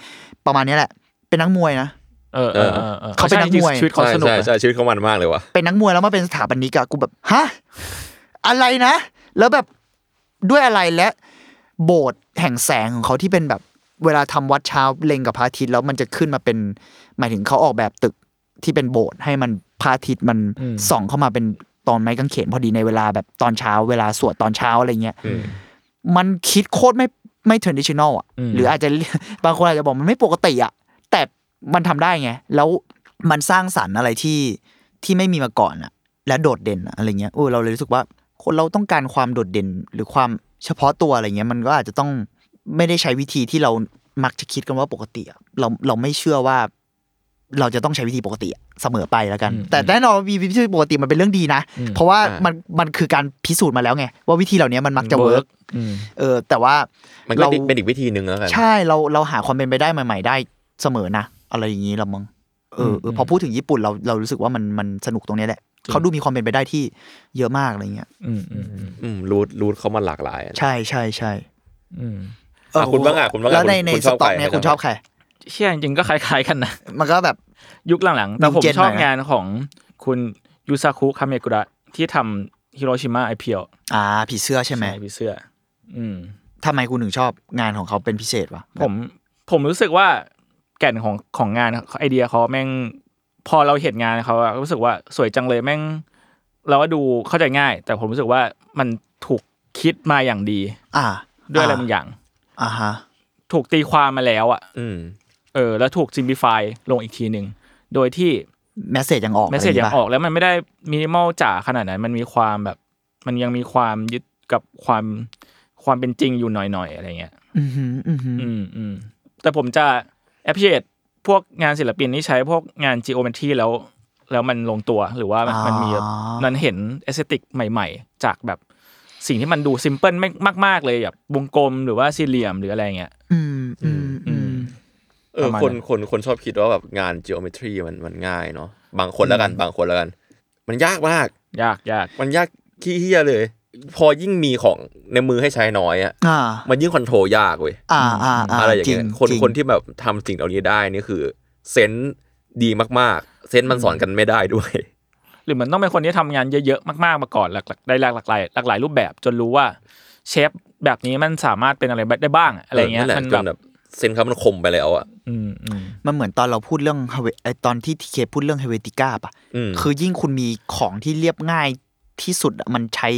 ประมาณนี้แหละ เป็นนักมวยนะ เออเออออออ เขาเป็นนักมวย ใช่จริงๆชีวิตเขา ใช่ สนุก ใช่ นะ ใช่ชีวิตเขามันมากเลยว่ะ เป็นนักมวยแล้วมาเป็นสถาปนิกอะกูแบบฮะอะไรนะ แล้วแบบด้วยอะไรและ โบสถ์แห่งแสงของเขาที่เป็นแบบเวลาทำวัดเช้าเล็งกับพระอาทิตย์แล้วมันจะขึ้นมาเป็น หมายถึงเขาออกแบบตึกที่เป็นโบสถ์ให้มันพระอาทิตย์มันส่องเข้ามาเป็นตอนไม้กางเขนพอดีในเวลาแบบตอนเช้า เวลาสวดตอนเช้าอะไรเงี้ยมันคิดโคตรไม่ไม่ traditional อ่ะหรืออาจจะ บางคนอาจจะบอกมันไม่ปกติอ่ะแต่มันทำได้ไง แล้วมันสร้างสรรค์อะไรที่ที่ไม่มีมาก่อนอ่ะ และโดดเด่นอะอะไรเงี้ยเออเราเลยรู้สึกว่าคนเราต้องการความโดดเด่นหรือความเฉพาะตัวอะไรเงี้ย มันก็อาจจะต้องไม่ได้ใช้วิธีที่เรามักจะคิดกันว่าปกติอะเราเราไม่เชื่อว่า เราจะต้องใช้วิธีปกติอะเสมอไปแล้วกัน แต่แน่นอนว่าวิธีปกติมันเป็นเรื่องดีนะ เพราะว่า อ่ามั มันมันคือการพิสูจน์มาแล้วไง ว่าวิธีเหล่านี้มันมักจะเวิร์ก อืม เออ แต่ว่า มันก็ เรา เป็นอีกวิธีหนึ่งแล้วกัน ใช่เราเราหาความเป็นไปได้ใหม่ ๆ ได้เสมอนะอะไรอย่างนี้ละมั้งเออเออพอพูดถึงญี่ปุ่นเราเรารู้สึกว่ามันมันสนุกตรงเนี้ยแหละเขาดูมีความเป็นไปได้ที่เยอะมากอะไรเงี้ย อืมอืมอืม อืมรูทรูทเขามันหลากหลายอะนะ ใช่ใช่ใช่ อืม เออ อ่ะคุณบ้างอ่ะคุณบ้างอ่ะ แล้วใน คุณ ใน คุณ ส ชอบ ต็อใครกเนี่ย ใน คุณ ส ช ต็ อ อก บใคร เชี่ยจริงๆก็คล้ายๆกันนะ มันก็แบบ ยุคหลังๆ แต่ หนึ่ง ผม เจ็ด ชอบ หน่อยนะ งานของคุณยูซาคุคาเมกุระที่ทำฮิโรชิมาไอเพียว อ่าผีเสื้อใช่ไหม พี่เสื้อ อืม ทำไมคุณถึงชอบงานของเขาเป็นพิเศษวะ ผมผมรู้สึกว่าแก่นของของงานไอเดียเขาแม่งพอเราเห็นงานเขาอะรู้สึกว่าสวยจังเลยแม่ง เราว่าดูเข้าใจง่าย แต่ผมรู้สึกว่ามันถูกคิดมาอย่างดี อ่า ด้วยอะไรบางอย่าง อ่าฮะ ถูกตีความมาแล้วอะ อืม เออ แล้วถูกซิมพลิฟายลงอีกทีหนึ่งโดยที่ แมสเซจยังออก เมสเซจยังออกแล้วมันไม่ได้มินิมอลจ๋าขนาดนั้น มันมีความแบบ มันยังมีความยึดกับความความเป็นจริงอยู่หน่อยๆอะไรเงี้ย อือหืออือหือ อืมอืมแต่ผมจะ appreciate พวกงานศิลปินที่ใช้พวกงาน geometry แล้ว แล้วมันลงตัวหรือว่ามันมันมีแบบมันเห็น aesthetic ใหม่ ๆ จากแบบสิ่งที่มันดู simple ไม่มาก ๆ เลยแบบวงกลมหรือว่าสี่เหลี่ยมหรืออะไรเงี้ย อืมอืมอืม เออ ประมาณ คน นั้น คนคนชอบคิดว่าแบบงาน geometry มันมันง่ายเนาะบางคนแล้วกันบางคนแล้วกัน มันยากมาก ยากยาก มันยากขี้เฮี้ยเลย พอยิ่งมีของในมือให้ใช้น้อยอ่ะ อ่า มันยิ่งคอนโทรลยากเว้ย อ่าอ่าอ่า อะไรอย่างเงี้ย จริ คน จริง คนที่แบบทำสิ่งเหล่านี้ได้นี่คือเซนส์ดีมากๆ เซนส์มันสอนกันไม่ได้ด้วย หรือมันต้องเป็นคนที่ทำงานเยอะๆ มากๆมาก่อนหลักๆได้หลากหลายหลากหลายรูปแบบจนรู้ว่าเชฟแบบนี้มันสามารถเป็นอะไรได้บ้างอะอะไรเงี้ย นั่นแหละ มัน จน แบ แบบ บเซนส์เขามันคมไปแล้วอ่ะ อืมอืม มันเหมือนตอนเราพูดเรื่อง Hawe- ไอตอนที่ทีเคพูดเรื่องเฮเวติก้าป่ะ อืม คือยิ่งคุณมีของที่เรียบง่ายที่สุดอะมันใช้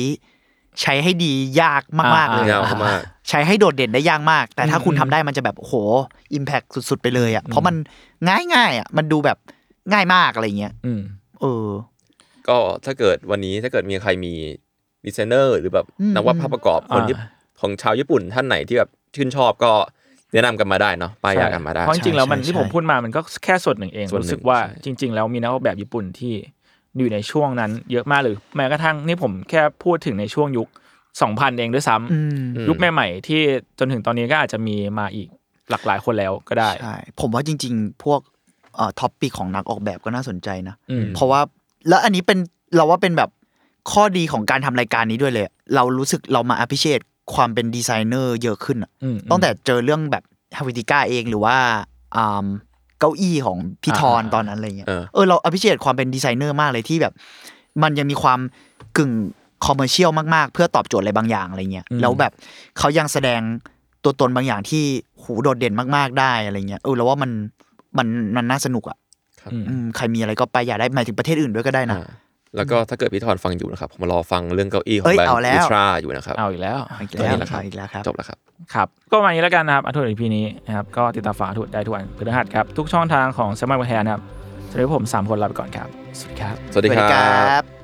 ใช้ให้ดียากมากๆ อ่า เลย ยาว อะ มาก ใช้ให้โดดเด่นได้ยากมาก แต่ถ้าคุณทำได้มันจะแบบโอ้โหอิมแพคสุด ๆ ไปเลยอ่ะ เพราะมันง่ายง่ายๆอ่ะ มันดูแบบง่ายมากอะไรเงี้ย อืม เออ ก็ถ้าเกิดวันนี้ถ้าเกิดมีใครมีดีไซเนอร์หรือแบบนักวาดภาพประกอบคน อ่า ญี่ปุ่นของชาวญี่ปุ่นท่านไหนที่แบบชื่นชอบก็แนะนำกันมาได้เนาะป้ายยากันมาได้ เพราะจริงๆแล้วมัน ใช่ ที่ผม ใช่ พูดมามันก็แค่ส่วนหนึ่งเอง ส่วนหนึ่ง รู้สึกว่า ใช่ จริง ๆ แล้วมีนักออกแบบญี่ปุ่นที่อยู่ในช่วงนั้นเยอะมากหรือแม้กระทั่งนี่ผมแค่พูดถึงในช่วงยุค สองพันเองด้วยซ้ำ อืม ยุคใหม่ๆที่จนถึงตอนนี้ก็อาจจะมีมาอีกหลากหลายคนแล้วก็ได้ ใช่ ผมว่าจริง ๆ พวกเอ่อท็อปปีของนักออกแบบก็น่าสนใจนะ อืม เพราะว่าแล้วอันนี้เป็นเราว่าเป็นแบบข้อดีของการทำรายการนี้ด้วยเลย เรารู้สึกเรามาอภิเชษความเป็นดีไซเนอร์เยอะขึ้นอะ อืม ตั้งแต่เจอเรื่องแบบฮาวิติก้าเองหรือว่าอ่าเก้าอี้ของพี่ทอนตอนนั้นอะไรเงี้ย เออ เออเราอภิเชษความเป็นดีไซเนอร์มากเลยที่แบบ มันยังมีความกึ่งคอมเมอร์เชียลมากๆ เพื่อตอบโจทย์อะไรบางอย่างอะไรเงี้ย อืม แล้วแบบเขายังแสดงตัวตนบางอย่างที่หูโดดเด่นมากๆได้อะไรเงี้ยเออเราว่ามันมันมันน่าสนุกอะ อืม อืมใครมีอะไรก็ไปอย่าได้หมายถึงประเทศอื่นด้วยก็ได้นะ อ่าแล้วก็ถ้าเกิดพี่ทอนฟังอยู่นะครับผมรอฟังเรื่องเก้าอี้ขอ เอ้ ง ย แบรน เอา ด์ แล้ว อิตราอยู่นะครับ เอาอีกแล้ว อีก ตัว แล้ นี้ ว แหละครับ อีกแล้วครับ จบแล้วครับ ครับ ก็ประมาณนี้แล้วกันนะครับอันทุนอีพีนี้นะครับ ก็ติดตามฝาทุนได้ทุกวันพฤหัสครับ ทุกช่องทางของ s ซมมอนแฮนะครับสำหรับผม 3 คนลาไปก่อนครับ สวัสดีครับ สวัสดีครับ บ